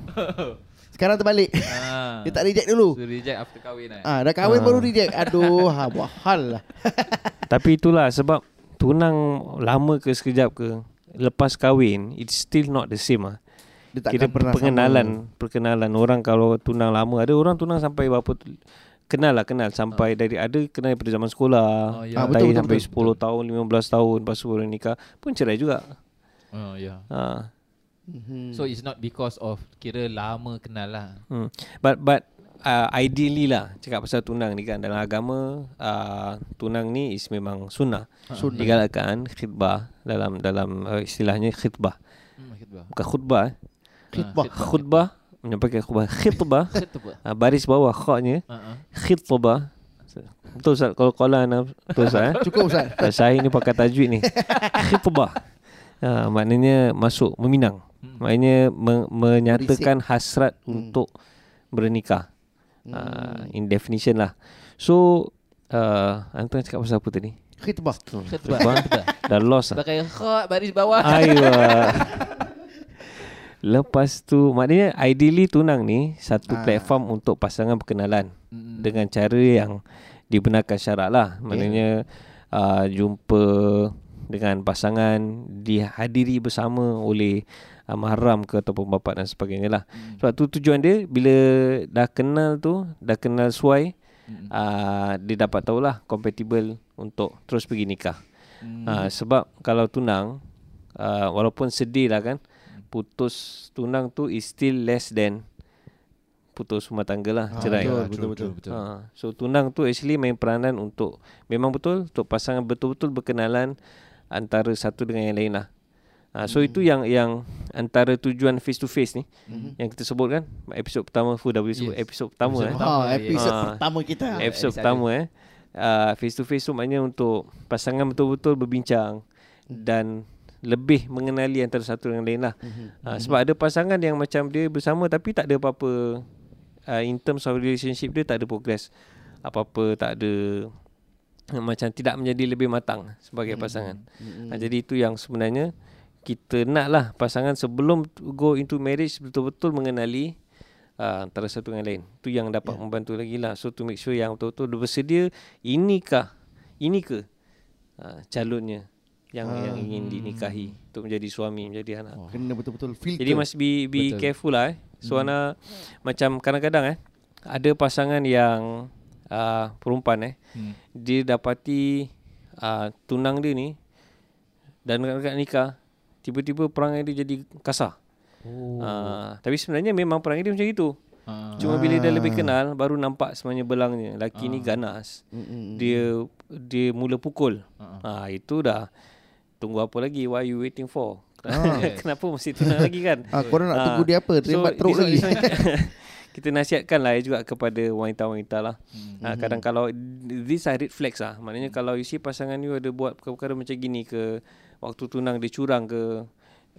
Sekarang terbalik. Ah. Dia tak reject dulu. So reject after kahwin eh. Ah, dah kahwin baru reject. Aduh, ha, buat hal lah. Tapi itulah sebab tunang lama ke sekejap ke lepas kahwin it's still not the same ah. Dia takkan Kira pernah perkenalan, sama. perkenalan orang kalau tunang lama ada orang tunang sampai berapa tu- kenal lah kenal sampai dari ada kenal daripada zaman sekolah. Oh, Oh, ya. ya. Ah, betul, betul, sampai betul. 10 tahun, 15 tahun lepas tu baru nikah pun cerai juga. Oh yeah. Ha. Mhm. Hmm. So ah, it's not because of kira lama kenal lah. Hmm. But but uh, ideally lah cakap pasal tunang ni kan dalam agama uh, tunang ni is memang sunnah. Ah. Sunnah. Digalakkan khitbah dalam dalam uh, istilahnya khitbah. Hmm, khutbah. Bukan khutbah eh. Khitbah. Khutbah menyampaikan khutbah khitbah Khutbah. uh, baris bawah khaknya Ha ah. khitbah. Betul Ustaz kalau kola nak betul Ustaz eh. Cukup Ustaz. Tak, Saya ni pakai tajwid ni. Khitbah. Ha, maknanya masuk meminang. Maknanya me- menyatakan hasrat untuk bernikah. Hmm. Ha, in definition lah. So uh, Anton cakap pasal apa tadi? Khitbah. Khutbah. Khitbah. Khutbah. Dah lost lah. Pakai khot baris bawah. Ah, Ayuh. Lepas tu maknanya ideally tunang ni satu platform untuk pasangan berkenalan dengan cara yang dibenarkan syarak lah. Maknanya uh, jumpa dengan pasangan dihadiri bersama oleh uh, mahram ke ataupun bapa dan sebagainya lah. Sebab tu tujuan dia bila dah kenal tu, dah kenal suai uh, dia dapat tahulah compatible untuk terus pergi nikah. Uh, sebab kalau tunang uh, walaupun sedih lah kan putus tunang tu is still less than putus rumah tangga lah cerai. betul, Betul, betul, betul. Ah, betul. Ha, so tunang tu actually main peranan untuk memang betul untuk pasangan betul-betul berkenalan antara satu dengan yang lain lah. Ha, Hmm. so itu yang yang antara tujuan face to face ni yang kita sebut kan episod pertama Fu dah boleh sebut Hmm. Yes. episod pertama Episod eh. pertama. Ha, episod Ah. pertama kita. Episod episod pertama eh. Uh, face to face tu maknanya untuk pasangan betul-betul berbincang dan lebih mengenali antara satu dengan lain lah. Mhm. Uh, sebab ada pasangan yang macam dia bersama tapi tak ada apa-apa uh, in terms of relationship dia tak ada progress. Apa-apa tak ada macam tidak menjadi lebih matang sebagai pasangan. Ha, jadi itu yang sebenarnya kita naklah pasangan sebelum tu- go into marriage betul-betul mengenali uh, antara satu dengan lain. Tu yang dapat yeah. membantu lagi lah. So to make sure yang betul-betul dia bersedia inikah ini ke uh, calonnya yang yang ingin dinikahi untuk menjadi suami, menjadi anak. Ah, Kena betul-betul filter. Jadi must be be Betul. careful lah eh. So hmm. macam kadang-kadang eh ada pasangan yang uh, perempuan eh Hmm. hmm. dia dapati uh, tunang dia ni dan dekat nikah tiba-tiba perangai dia jadi kasar. Oh. Uh, tapi sebenarnya memang perangai dia macam itu. Ah. Cuma bila dia lebih kenal baru nampak sebenarnya belangnya. Laki ni ganas. Dia dia mula pukul. Ah itu dah tunggu apa lagi? What are you waiting for? Kenapa mesti tunang lagi kan? Ah, korang nak Ah, tunggu dia apa? Tembak teruk this one- lagi. this one- kita nasihatkan lah juga kepada wanita-wanita lah. Ah, kadang Hmm. kalau these are red flags lah. Maknanya kalau you see pasangan you ada buat perkara-perkara macam gini ke, waktu tunang dia curang ke,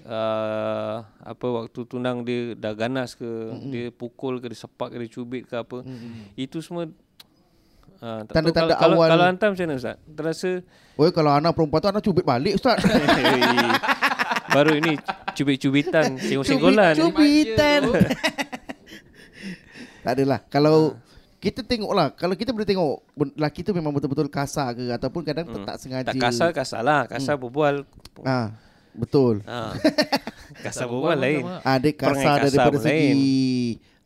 uh, apa waktu tunang dia dah ganas ke, Hmm. dia pukul ke, dia sepak ke, dia cubit ke apa. Itu semua ah, tak tahu. Tanda-tanda kalau, awal. Kalau, kalau hantar macam mana Ustaz? Terasa Oi, kalau anak perempuan tu anak cubit balik Ustaz. baru ini cubit-cubitan, lah senggol-senggolan. Cubitan. tak adalah. Kalau Ah. kita tengoklah kalau kita boleh tengok ben- lelaki tu memang betul-betul kasar ke ataupun kadang hmm. tak sengaja. Hmm. Tak kasar kasar lah Kasar berbual Ah, betul. ha. Kasar berbual lain Ah, dia kasar Perangai kasar daripada pun segi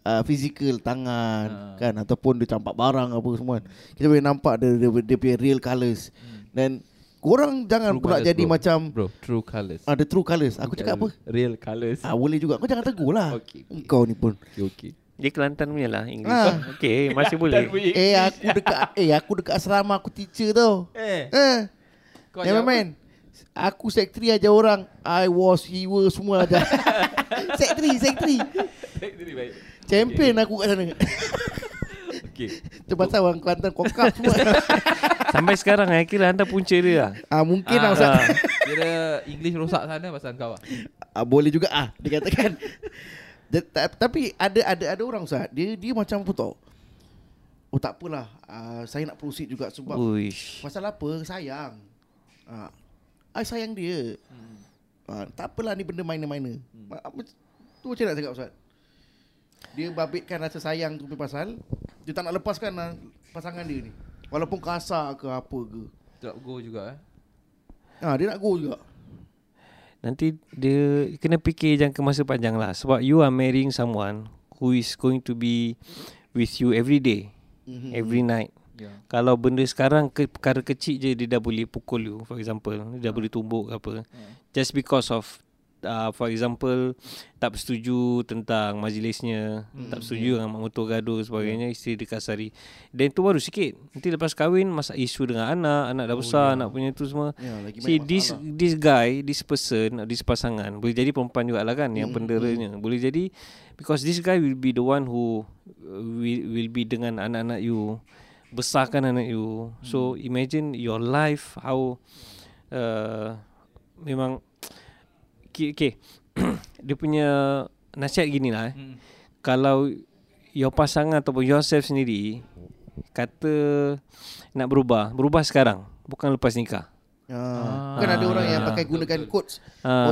uh, fizikal Ah. tangan kan ataupun dia campak barang apa semua. kan. Kita boleh nampak dia dia, dia punya real colours. Dan korang jangan Hmm. True Kan pula colours, jadi bro. macam Bro, true colours. ada true colours. Aku cakap apa? Real colours. Ah, boleh juga. Kau jangan tegur lah. Okey, Kau ni pun. Okay, okay. Dia Kelantan punya lah Inggeris Ah. Okay masih boleh Eh aku dekat eh aku dekat asrama aku teacher tau. Eh, Eh. Kau Never ajar apa? mind. Aku sektri aja orang. I was he was semua aja. sektri, sektri. baik diri baik. Champion aku kat sana. Okay. Cepat tahu orang Kelantan kokap semua. Sampai sekarang eh Kira hantar punca dia lah ah mungkin lah Ah, Ustaz. ah. Kira English rosak sana pasal kau ah. Ah, boleh juga ah dikatakan. Dia, ta, tapi ada ada ada orang Ustaz. Dia dia macam apa tau. Oh tak apalah. Ah, saya nak proceed juga sebab Oh. Uish Pasal apa? Sayang. Ha. I sayang dia. Ah, Ha. Tak apalah ni benda minor-minor. Hmm. Apa, tu macam mana nak cakap Ustaz? Dia babitkan rasa sayang tu punya pasal Dia tak nak lepaskan ah, pasangan dia ni Walaupun kasar ke apa ke Drop go juga eh. ha, Dia nak go juga Nanti dia kena fikir jangka masa panjang lah sebab you are marrying someone who is going to be with you every day, Mhm. mm-hmm. every night. Ya. Kalau benda sekarang ke, perkara kecil je dia dah boleh pukul you for example, Hmm. dia dah boleh tumbuk ke apa. Just because of uh, for example tak bersetuju tentang majlisnya, Hmm, tak ya. setuju dengan mak mertua gaduh sebagainya, isteri dikasari. Dan tu baru sikit. Nanti lepas kahwin masa isu dengan anak, anak dah besar, anak punya tu Oh, semua. Ya, lagi See banyak this masalah. this guy, this person, uh, this pasangan boleh jadi perempuan juga lah kan yang penderanya. Boleh jadi because this guy will be the one who uh, will, will be dengan anak-anak you, besarkan anak you. So imagine your life how uh, memang okay, okay. dia punya nasihat gini lah eh. Hmm. Kalau your pasangan ataupun yourself sendiri kata nak berubah, berubah sekarang bukan lepas nikah. ha. Kan ada orang yang pakai gunakan codes Ah.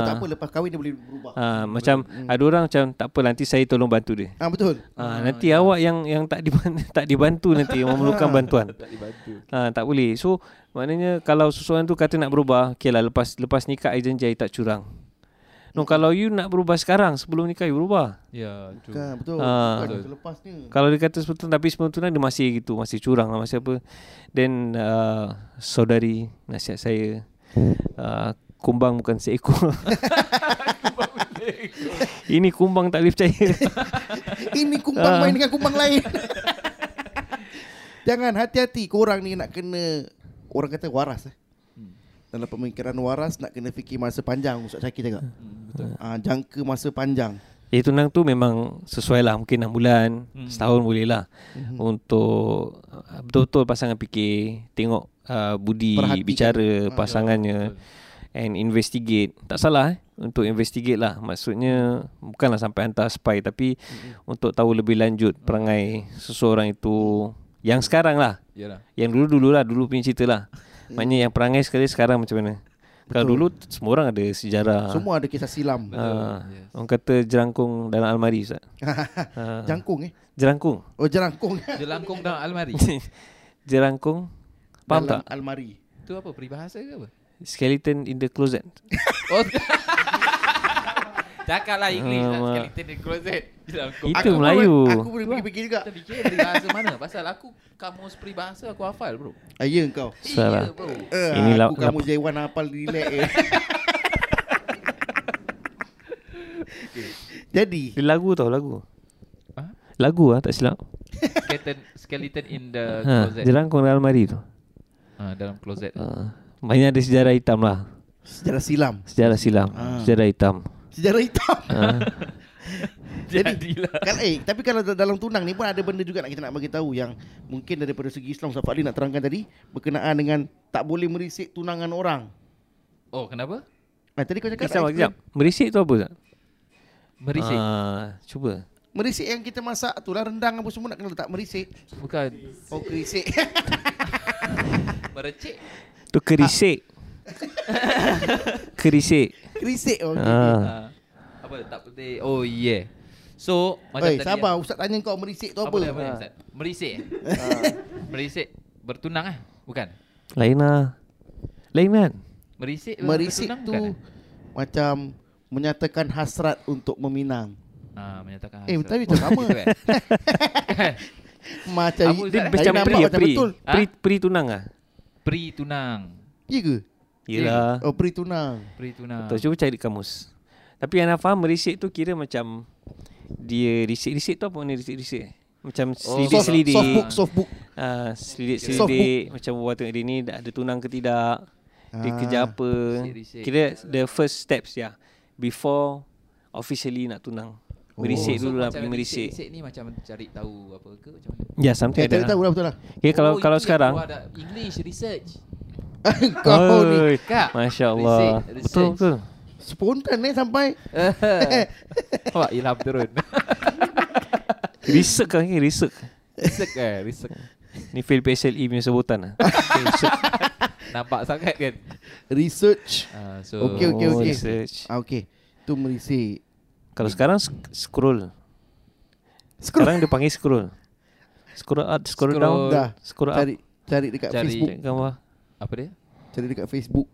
Oh tak apa lepas kahwin dia Ah, boleh berubah Ha, macam ada orang macam tak apa nanti saya tolong bantu dia. Ah Betul Ha, nanti awak yang yang tak dibantu, tak dibantu nanti yang memerlukan bantuan. tak dibantu. Ha, tak boleh. So maknanya kalau seseorang tu kata nak berubah, okay lah lepas lepas nikah I janji I tak curang. No, kalau you nak berubah sekarang sebelum nikah you berubah. Ya, tu. Kan betul Ah. Bukan selepas ni Kalau dia kata sebetulnya tapi sebelum tunang dia masih gitu, masih curang lah, masih apa. Then uh, saudari nasihat saya uh, kumbang bukan seekor. Ini kumbang tak boleh percaya. Ini Ah. kumbang main dengan kumbang lain Jangan hati-hati Korang ni nak kena Orang kata waras eh. Hmm. Dalam pemikiran waras Nak kena fikir masa panjang Ustaz Syakir cakap Hmm, Ah, Jangka masa panjang Jadi tunang tu memang sesuai lah Mungkin 6 bulan hmm. Setahun boleh lah hmm. Untuk uh, Betul-betul pasangan fikir Tengok uh, budi Perhatikan. Perhatikan. Ah, ya, Bicara pasangannya And investigate Tak salah eh Untuk investigate lah Maksudnya Bukanlah sampai hantar spy Tapi hmm. Untuk tahu lebih lanjut Perangai Seseorang itu Yang sekarang lah Yalah. Yang dulu-dulu lah Dulu punya cerita lah Maknanya yang perangai sekali Sekarang macam mana Kalau dulu Semua orang ada sejarah Semua ada kisah silam Ah, Orang kata jerangkung dalam almari Ustaz. Ah, Jangkung eh jerangkung. Oh jerangkung Jelangkung dalam almari. jerangkung. Faham Dalam tak? almari tu apa peribahasa ke apa? Skeleton in the closet. Oh. Cakaplah English lah Alamak. skeleton di closet. Jelangkung. Itu Melayu. boleh- Aku boleh fikir-fikir juga Kita fikir peribahasa mana? Pasal aku kamus peribahasa aku hafal bro. ah, Ya kau Salah. Ya bro. Eh, Ini Aku lap- kamu Jaiwan hafal relax eh. Jadi Dia lagu tau lagu. Ha? Lagu ah tak silap. Skeleton skeleton in the Ha, Eh, closet. jerangkung dalam almari tu. Ah, dalam closet. Ha, banyak ada sejarah hitam lah. Sejarah silam Sejarah silam, Ah. sejarah hitam. Sejarah hitam Ha. Jadilah. Kalau eh tapi kalau da- dalam tunang ni pun ada benda juga nak kita nak bagi tahu yang mungkin daripada segi Islam Ustaz Fadli nak terangkan tadi berkenaan dengan tak boleh merisik tunangan orang. Oh, kenapa? Nah, tadi kau cakap Kejap, nak kejap. Merisik tu apa tak? Merisik. Ah, cuba. explain. merisik yang kita masak tu lah rendang apa semua nak kena letak merisik. Bukan Oh kerisik. merecik. Tu kerisik. kerisik. kerisik. Oh, okay. Ah. Ah. Apa tak penting. Oh yeah. So, Oi, macam tadi sabar ustaz tanya kau merisik tu Apa, apa? Ah. apa, apa, Ustaz? Merisik. eh? merisik bertunang ah, bukan? Lain lah. Lain kan? Merisik Merisik bertunang tu bukan, eh? macam menyatakan hasrat untuk meminang. Ah, menyatakan Eh, hasrat. tapi macam sama. Gitu, kan? Macam Apa, Ustaz? tadi Macam nampak pri, macam pri, betul. ha? pri, pri tunang ah. Pri tunang. Ya ke? Yelah. Oh, pri tunang. Pri tunang. Betul, cuba cari kamus. Tapi yang faham merisik tu kira macam dia risik-risik tu apa ni risik-risik? Macam Oh, Soft, selidik-selidik. soft book, soft book. Ah, Soft book. selidik-selidik macam buat tengok dia ni dah ada tunang ke tidak. Dia Ah. kerja apa? Risik-risik. Kira the first steps ya. Before officially nak tunang. Merisik Oh. dulu lah, Oh, macam pergi merisik. Merisik ni macam cari tahu apa ke macam mana. Oh, Ya, yeah, Eh, something like tak that. tahu lah. lah betul lah. Kira kalau itu kalau yang sekarang keluar dah. English research. Kau ni Oi, Kak, Masya Allah risik, Betul risik. betul spontan eh sampai Awak ilham turun. Research kan ni research Risek eh, risek. Ni fail PSLE punya sebutan lah Nampak sangat kan. research. Ah, so Okey okey Oh, okey. research. Ah okey. Tu merisik. Kalau sekarang sk- scroll Scroll. Sekarang dia panggil scroll. Scroll up, scroll, Scroll. down, Dah. scroll up. Cari cari dekat Cari. Facebook. Cek gambar. Apa dia? Cari dekat Facebook.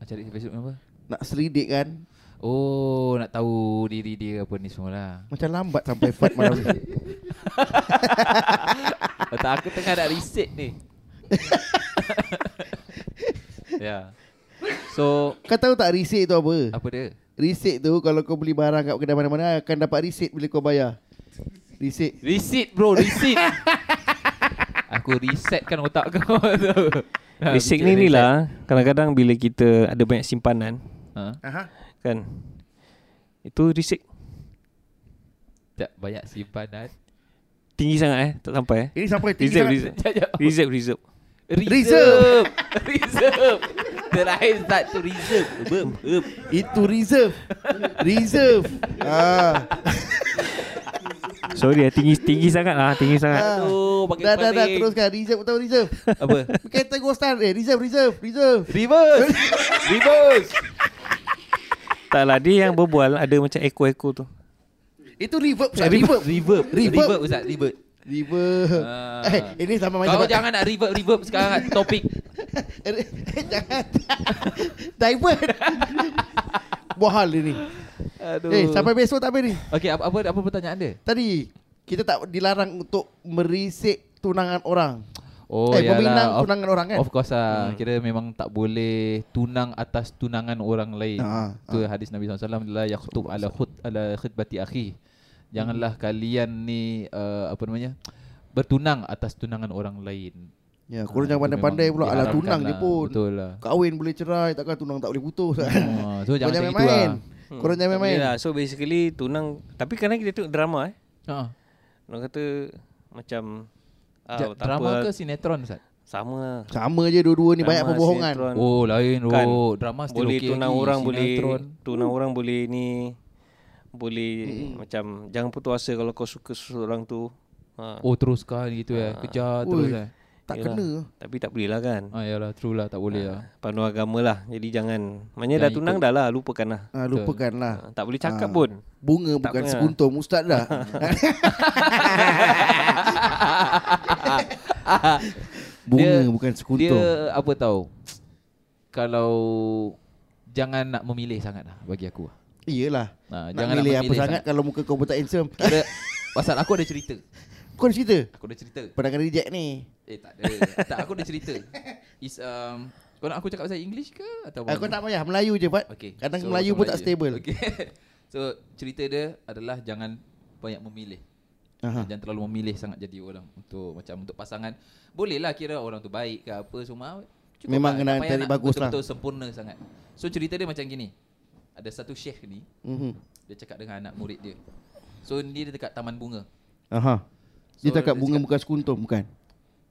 Ah, Cari Facebook apa? Nak selidik kan. Oh, nak tahu diri dia apa ni semua lah. Macam lambat sampai Fat malam ni. Kata aku tengah nak reset ni. ya. So, Kau tahu tak resit tu apa? apa dia? Resit tu kalau kau beli barang kat kedai mana-mana akan dapat resit bila kau bayar. Resit. Reset bro, reset. aku resetkan otak kau tu. Basic ni ni lah Kadang-kadang bila kita Ada banyak simpanan Ha? Aha. Kan Itu risik Tak banyak simpanan. Tinggi sangat eh Tak sampai eh Ini sampai tinggi Reserve sangat. Jap, Reserve jap. Reserve reserve Reserve. reserve. Terakhir start tu reserve. Bum, bum. Itu reserve. reserve. ah. Sorry eh Tinggi tinggi sangat lah Ah. Tinggi sangat Aduh, makin Dah dah dah pening. teruskan reserve tahu reserve. Apa? Kereta ghost star eh reserve reserve reserve. Reverse. Reverse. Tak lah Dia yang berbual Ada macam echo-echo tu Itu reverb Ustaz reverb. Reverb. Reverb. Reverb Ustaz, reverb. Reverb. Ah. Eh, ini sama macam Kau jangan nak reverb reverb sekarang topik. Eh, jangan. Divert. Buat hal ini. Aduh. Eh, sampai besok tak habis ni. Okey, apa apa apa pertanyaan Eh, dia? Tadi kita tak dilarang untuk merisik tunangan orang. Oh, eh, yalah. peminang Of- tunangan orang kan? Of course lah hmm. Kira memang tak boleh Tunang atas tunangan orang lain Ah, Itu hadis Nabi SAW La yaktub ala, khut, ala khutbati Hmm. akhi Janganlah kalian ni uh, Apa namanya Bertunang atas tunangan orang lain Ya, korang Ah, jangan itu pandai-pandai memang pula ala diharamkan tunang je lah. pun. Betul lah Kahwin boleh cerai, takkan tunang tak boleh putus. oh, So Kau jangan macam itu main-main. lah Korang jangan main-main. Yelah, So basically Tunang Tapi kadang kita tengok drama eh ha. Ah. Orang kata Macam ah, Ja, tak Drama apa lah. ke sinetron Ustaz? Sama lah Sama je dua-dua ni banyak lah, Drama, perbohongan. sinetron. Oh lain Kan. oh, Drama still boleh okay tunang lagi. orang boleh Sinetron. tunang orang boleh ni boleh macam jangan putus asa kalau kau suka seseorang tu. Ha. Oh teruskan gitu Ah. ya Kejar terus Ui. eh Tak Yelah. kena. Tapi tak boleh lah kan. Ah yalah true lah tak boleh lah Pandu agama lah. Jadi jangan. Maknanya dah tunang dah lah. Lupakan lah. Ha, lupakanlah. Ah, Ha, tak boleh cakap Ah. pun. Bunga Tak bukan pernah. sekuntum ustaz lah. dah. Bunga Dia- bukan sekuntum. Dia apa tahu Kalau Jangan nak memilih sangat lah Bagi aku lah. Iyalah. Nah, Nak milih apa sangat kalau muka kau pun tak handsome. Kira, Pasal aku ada cerita Kau ada cerita? Aku ada cerita Pernah kena reject ni. Eh tak ada Tak aku ada cerita Is um, Kau nak aku cakap pasal English ke Atau Ah, kau tak payah Melayu je Pat. okay. Kadang so, Melayu pasal pun tak Melayu. stable. okay. So cerita dia adalah Jangan banyak memilih Aha. Jangan terlalu memilih sangat jadi orang Untuk macam untuk pasangan Boleh lah kira orang tu baik ke apa semua Cukup Memang lah. kena Tak payah cari nak bagus lah. Betul-betul sempurna sangat So cerita dia macam gini Ada satu syekh ni Mhm. Dia cakap dengan anak murid dia So ni dia dekat taman bunga Aha. Dia So, cakap dia bunga cakap- bukan sekuntum bukan?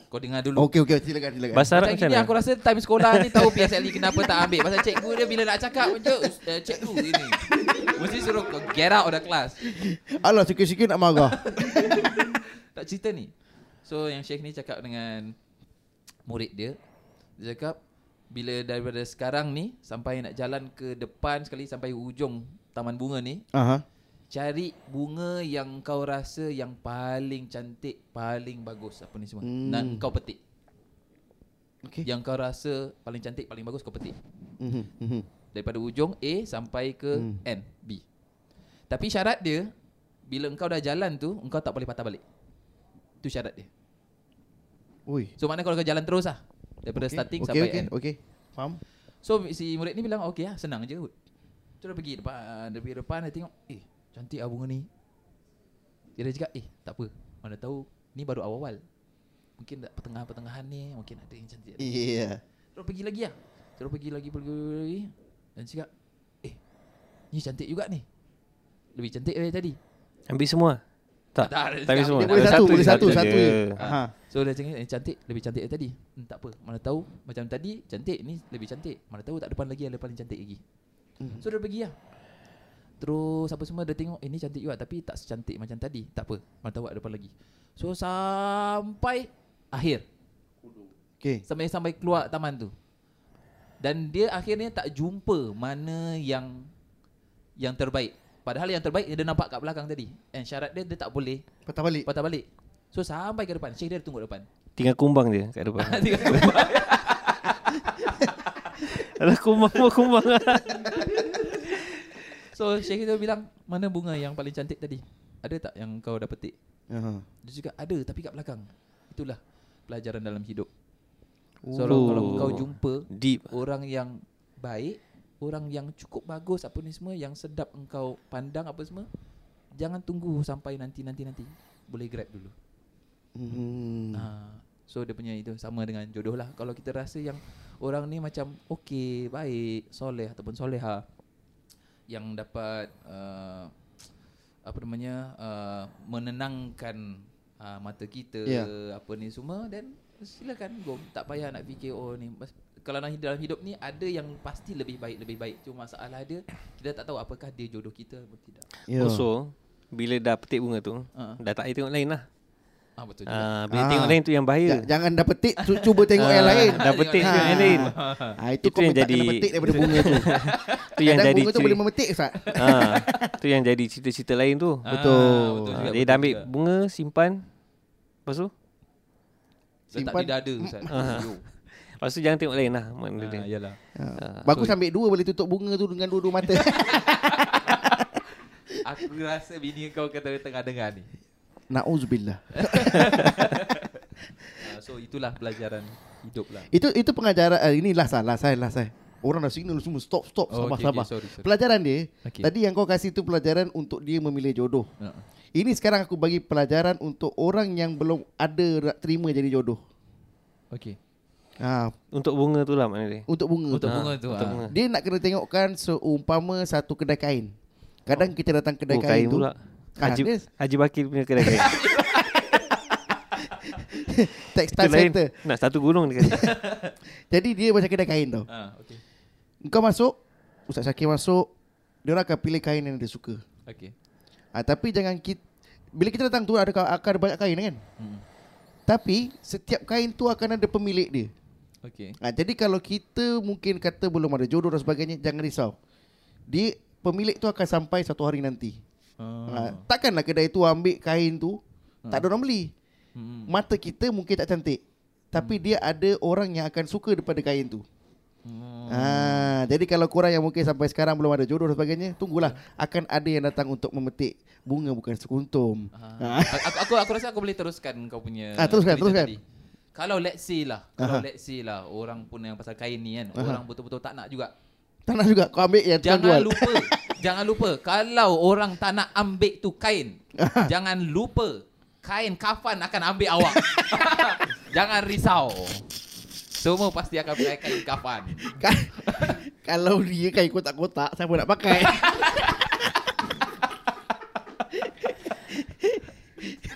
Kau dengar dulu Okey okey silakan silakan. Bahasa Arab Macam macam gini mana? aku rasa time sekolah ni tahu PSLE E kenapa tak ambil Pasal cikgu dia bila nak cakap macam uh, Cikgu ini Mesti suruh kau get out of the class Alah sikit-sikit nak marah. Tak cerita ni So yang Syekh ni cakap dengan Murid dia Dia cakap Bila daripada sekarang ni Sampai nak jalan ke depan sekali Sampai hujung Taman bunga ni Aha. Cari bunga yang kau rasa Yang paling cantik Paling bagus Apa ni semua Hmm. hmm. Dan kau petik Okey. Yang kau rasa Paling cantik Paling bagus kau petik Mhm, mhm. Daripada hujung A Sampai ke Hmm. N B Tapi syarat dia Bila engkau dah jalan tu Engkau tak boleh patah balik Itu syarat dia Oi. So maknanya kalau kau jalan terus lah Daripada okay. starting okay, okay, sampai okay, okay. end Okey. Faham? So si murid ni bilang okay lah senang je kot So dia pergi depan ah, Dia pergi depan dia tengok Eh cantik lah bunga ni Dia dah cakap eh tak apa Mana tahu ni baru awal-awal Mungkin tak pertengahan-pertengahan ni Mungkin ada yang cantik Ya. Yeah. Terus pergi lagi lah Terus pergi lagi pergi, pergi, lagi Dan cakap Eh ni cantik juga ni Lebih cantik dari tadi Ambil semua. Tak, Tak. Tak, dia ambil cakap semua. Dia ambil boleh Ada satu, satu boleh je, satu, satu satu. je. je. Aha. Kan? So dia cakap eh, cantik Lebih cantik dari tadi hmm, Tak apa Mana tahu Macam tadi Cantik ni lebih cantik Mana tahu tak depan lagi Ada paling cantik lagi So dia pergi lah Terus apa semua Dia tengok Eh ni cantik juga Tapi tak secantik macam tadi Tak apa Mana tahu ada depan lagi So sampai Akhir Okey. Sampai sampai keluar taman tu Dan dia akhirnya tak jumpa Mana yang Yang terbaik Padahal yang terbaik yang dia nampak kat belakang tadi. And syarat dia dia tak boleh Patah balik patah balik. So sampai ke depan, Sheikh dia tunggu depan. Tinggal kumbang dia kat depan. Tinggal keluar. Alah kumbang pun kumbang lah. so Sheikh dia bilang, "Mana bunga yang paling cantik tadi? Ada tak yang kau dah petik?" Aha. Dia juga ada tapi kat belakang. Itulah pelajaran dalam hidup. Oh. So kalau, kalau kau jumpa Deep. orang yang baik, orang yang cukup bagus apa ni semua yang sedap engkau pandang apa semua, jangan tunggu sampai nanti nanti nanti. Boleh grab dulu. Hmm. Ha. So dia punya itu sama dengan jodoh lah. Kalau kita rasa yang orang ni macam okey, baik, soleh ataupun soleha yang dapat uh, apa namanya uh, menenangkan uh, mata kita Ya. yeah. apa ni semua dan silakan go tak payah nak fikir oh ni Mas- kalau dalam dalam hidup ni ada yang pasti lebih baik lebih baik cuma masalah dia kita tak tahu apakah dia jodoh kita atau tidak Ya. Ha. Also, bila dah petik bunga tu, Ah. dah tak payah tengok lain lah. ah betul juga Ah, bila Ah. tengok lain tu yang bahaya. Ja- Jangan dah petik cu- Cuba tengok yang Ah, lain Dah petik Ha. tengok yang lain. ha, Itu, Itu kau yang minta jadi- kena petik daripada bunga tu Tu yang Kadang jadi bunga tu ciri. boleh memetik Ustaz Ha, tu yang jadi cerita-cerita lain tu. Ah, betul. betul juga, Ah, dia betul dah ambil juga. bunga, simpan. Lepas tu, letak simpan- di dada ustaz Yo. lepas tu jangan tengok lain lah. Mana dia. Ah, yalah ha. Bagus ambil dua Boleh tutup bunga tu Dengan dua-dua mata Aku rasa bini kau kata tengah dengar ni Na'uzubillah uh, So itulah pelajaran hidup lah Itu itu pengajaran eh, Ini last lah Last lah last lah Orang dah signal semua Stop stop Oh, Sabar okay, okay, sabar sorry, sorry. Pelajaran dia Okay. Tadi yang kau kasih tu pelajaran Untuk dia memilih jodoh uh, Ini sekarang aku bagi pelajaran Untuk orang yang belum ada nak Terima jadi jodoh Okay ha, Untuk bunga tu lah mana dia. Untuk Hmm. bunga Untuk tu. bunga tu Untuk ah. bunga. Dia nak kena tengokkan Seumpama satu kedai kain Kadang kita datang kedai Oh, kain, kain tu pula. Ah, Haji, dia Haji Bakir punya kedai kain. Itu Textile lain. center Nak satu gunung dia kata. Jadi dia macam kedai kain tau Ah, okay. Engkau masuk Ustaz Syakir masuk Dia akan pilih kain yang dia suka Okay. ha, Tapi jangan kita Bila kita datang tu ada, akan ada banyak kain kan Hmm. Tapi setiap kain tu akan ada pemilik dia Okay. ha, Jadi kalau kita mungkin kata belum ada jodoh dan sebagainya Jangan risau Dia pemilik tu akan sampai satu hari nanti Uh. ha, Takkanlah kedai tu ambil kain tu Tak ada orang beli Hmm. Mata kita mungkin tak cantik Tapi dia ada orang yang akan suka daripada kain tu Hmm. Ah, jadi kalau korang yang mungkin sampai sekarang belum ada jodoh dan sebagainya, tunggulah akan ada yang datang untuk memetik bunga bukan sekuntum. Ha, Ah. Aku, aku aku rasa aku boleh teruskan kau punya Ah, teruskan, cerita teruskan. Kalau let's say lah, kalau let's say lah orang pun yang pasal kain ni kan, Aha. orang betul-betul tak nak juga. Tak nak juga kau ambil yang tukang Jangan jual. lupa, jangan lupa kalau orang tak nak ambil tu kain, jangan lupa kain kafan akan ambil awak. jangan risau. Semua pasti akan pakai kain kafan. Ka- kalau dia kan kain kotak-kotak, siapa nak pakai?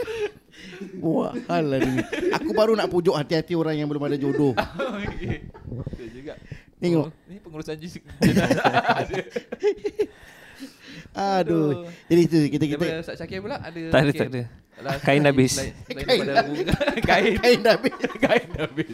Wah, alah lah ni. Aku baru nak pujuk hati-hati orang yang belum ada jodoh. Betul juga. Tengok. Oh, Ni pengurusan jis- jenazah. Aduh. Jadi itu kita kita Daripada Ustaz Syakir pula ada Tak ada, mungkin- tak ada. Alah, Kain selain- habis. selain- selain Kain daripada habis. bunga- Kain kain dah habis. Kain habis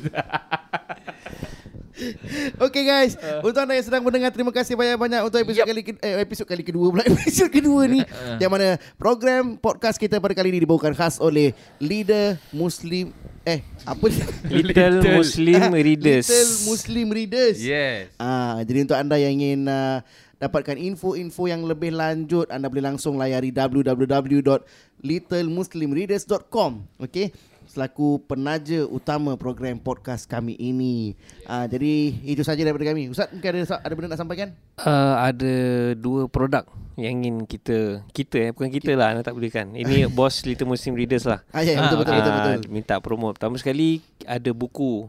Okay guys, Uh. untuk anda yang sedang mendengar terima kasih banyak-banyak untuk episod Yup. kali ke- eh, episod kali kedua pula episod kedua ni Uh, Ah. yang mana program podcast kita pada kali ini dibawakan khas oleh leader Muslim eh apa ni? Little Muslim Readers. Little Muslim Readers. Yes Ah, jadi untuk anda yang ingin uh, dapatkan info-info yang lebih lanjut, anda boleh langsung layari www.littlemuslimreaders.com. Okey, selaku penaja utama program podcast kami ini. Ah, jadi itu saja daripada kami. Ustaz, mungkin ada ada benda nak sampaikan? Uh, ada dua produk yang ingin kita kita eh bukan kita lah anda tak boleh kan. Ini bos Little Muslim Readers lah. Ah, ya, ya, betul, betul, Ah, betul, betul. Minta promo. Pertama sekali ada buku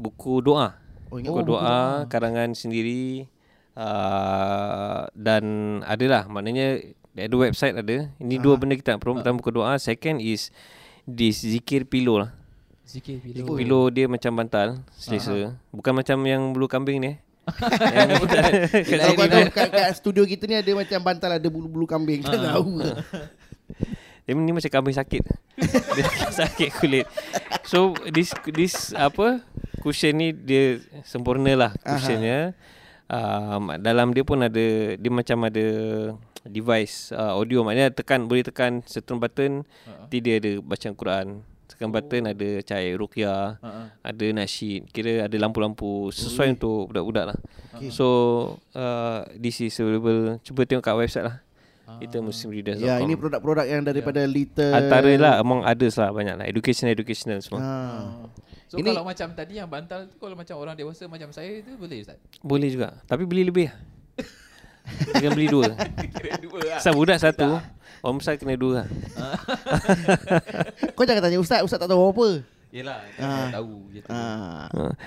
buku doa. Oh, ingat buku doa karangan sendiri uh, dan adalah maknanya ada website ada. Ini Ah. dua benda kita nak promo. Pertama buku doa, second is this zikir pilo lah. Zikir Pilo. Pilo dia macam bantal Ah, selesa. Bukan macam yang bulu kambing ni. eh. yang, Kalau kau tahu kan kat, kat studio kita ni ada macam bantal ada bulu-bulu kambing. Kita tahu. Dia ni macam kambing sakit. dia sakit kulit. So this this apa cushion ni dia ya. sempurna lah cushionnya. Um, dalam dia pun ada dia macam ada device uh, audio maknanya tekan boleh tekan certain button Ha. nanti dia ada bacaan Quran tekan oh. button ada cahaya ruqyah Ha. ha. ada nasyid kira ada lampu-lampu sesuai Ui. untuk budak-budak lah Okay. okay. so uh, this is available cuba tengok kat website lah kita muslimreaders.com Ya, ini produk-produk yang daripada Little antara lah among others lah banyak lah educational educational semua Ah. Ha. So Ini- Ini kalau macam tadi yang bantal tu kalau macam orang dewasa macam saya tu boleh Ustaz? boleh juga tapi beli lebih lah jangan beli dua Kira dua lah. Ah. Pasal budak satu Orang besar kena dua lah Kau jangan tanya ustaz, ustaz tak tahu apa. Yelah, Ah. tak tahu je tu. Ha.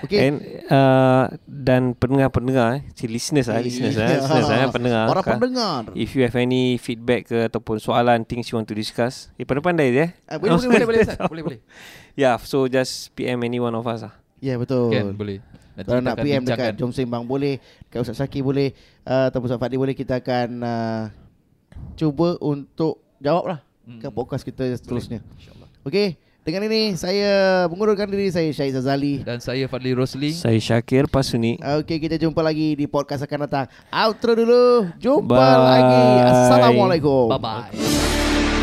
okay. Okey. Ah. And uh, Dan pendengar-pendengar eh, Si listeners lah Listeners lah Ya. Listeners lah Pendengar Para Ka- pendengar. If you have any feedback ke Ataupun soalan Things you want to discuss Eh pandai-pandai je eh Ah, Boleh, boleh, boleh, boleh Ustaz. Boleh, boleh. Yeah so just PM any one of us lah Ya, betul. Kan, boleh. Nanti Kalau kita nak akan PM bincangkan. dekat Jom Sembang boleh, dekat Ustaz Saki boleh, uh, ataupun Ustaz Fadli boleh, kita akan uh, cuba untuk jawab lah ke podcast kita seterusnya. Hmm. InsyaAllah. Okey, dengan ini saya mengundurkan diri saya Syahid Zazali. Dan saya Fadli Rosli. Saya Syakir Pasuni Okey, kita jumpa lagi di podcast akan datang. Outro dulu. Jumpa Bye. lagi. Assalamualaikum. Bye-bye.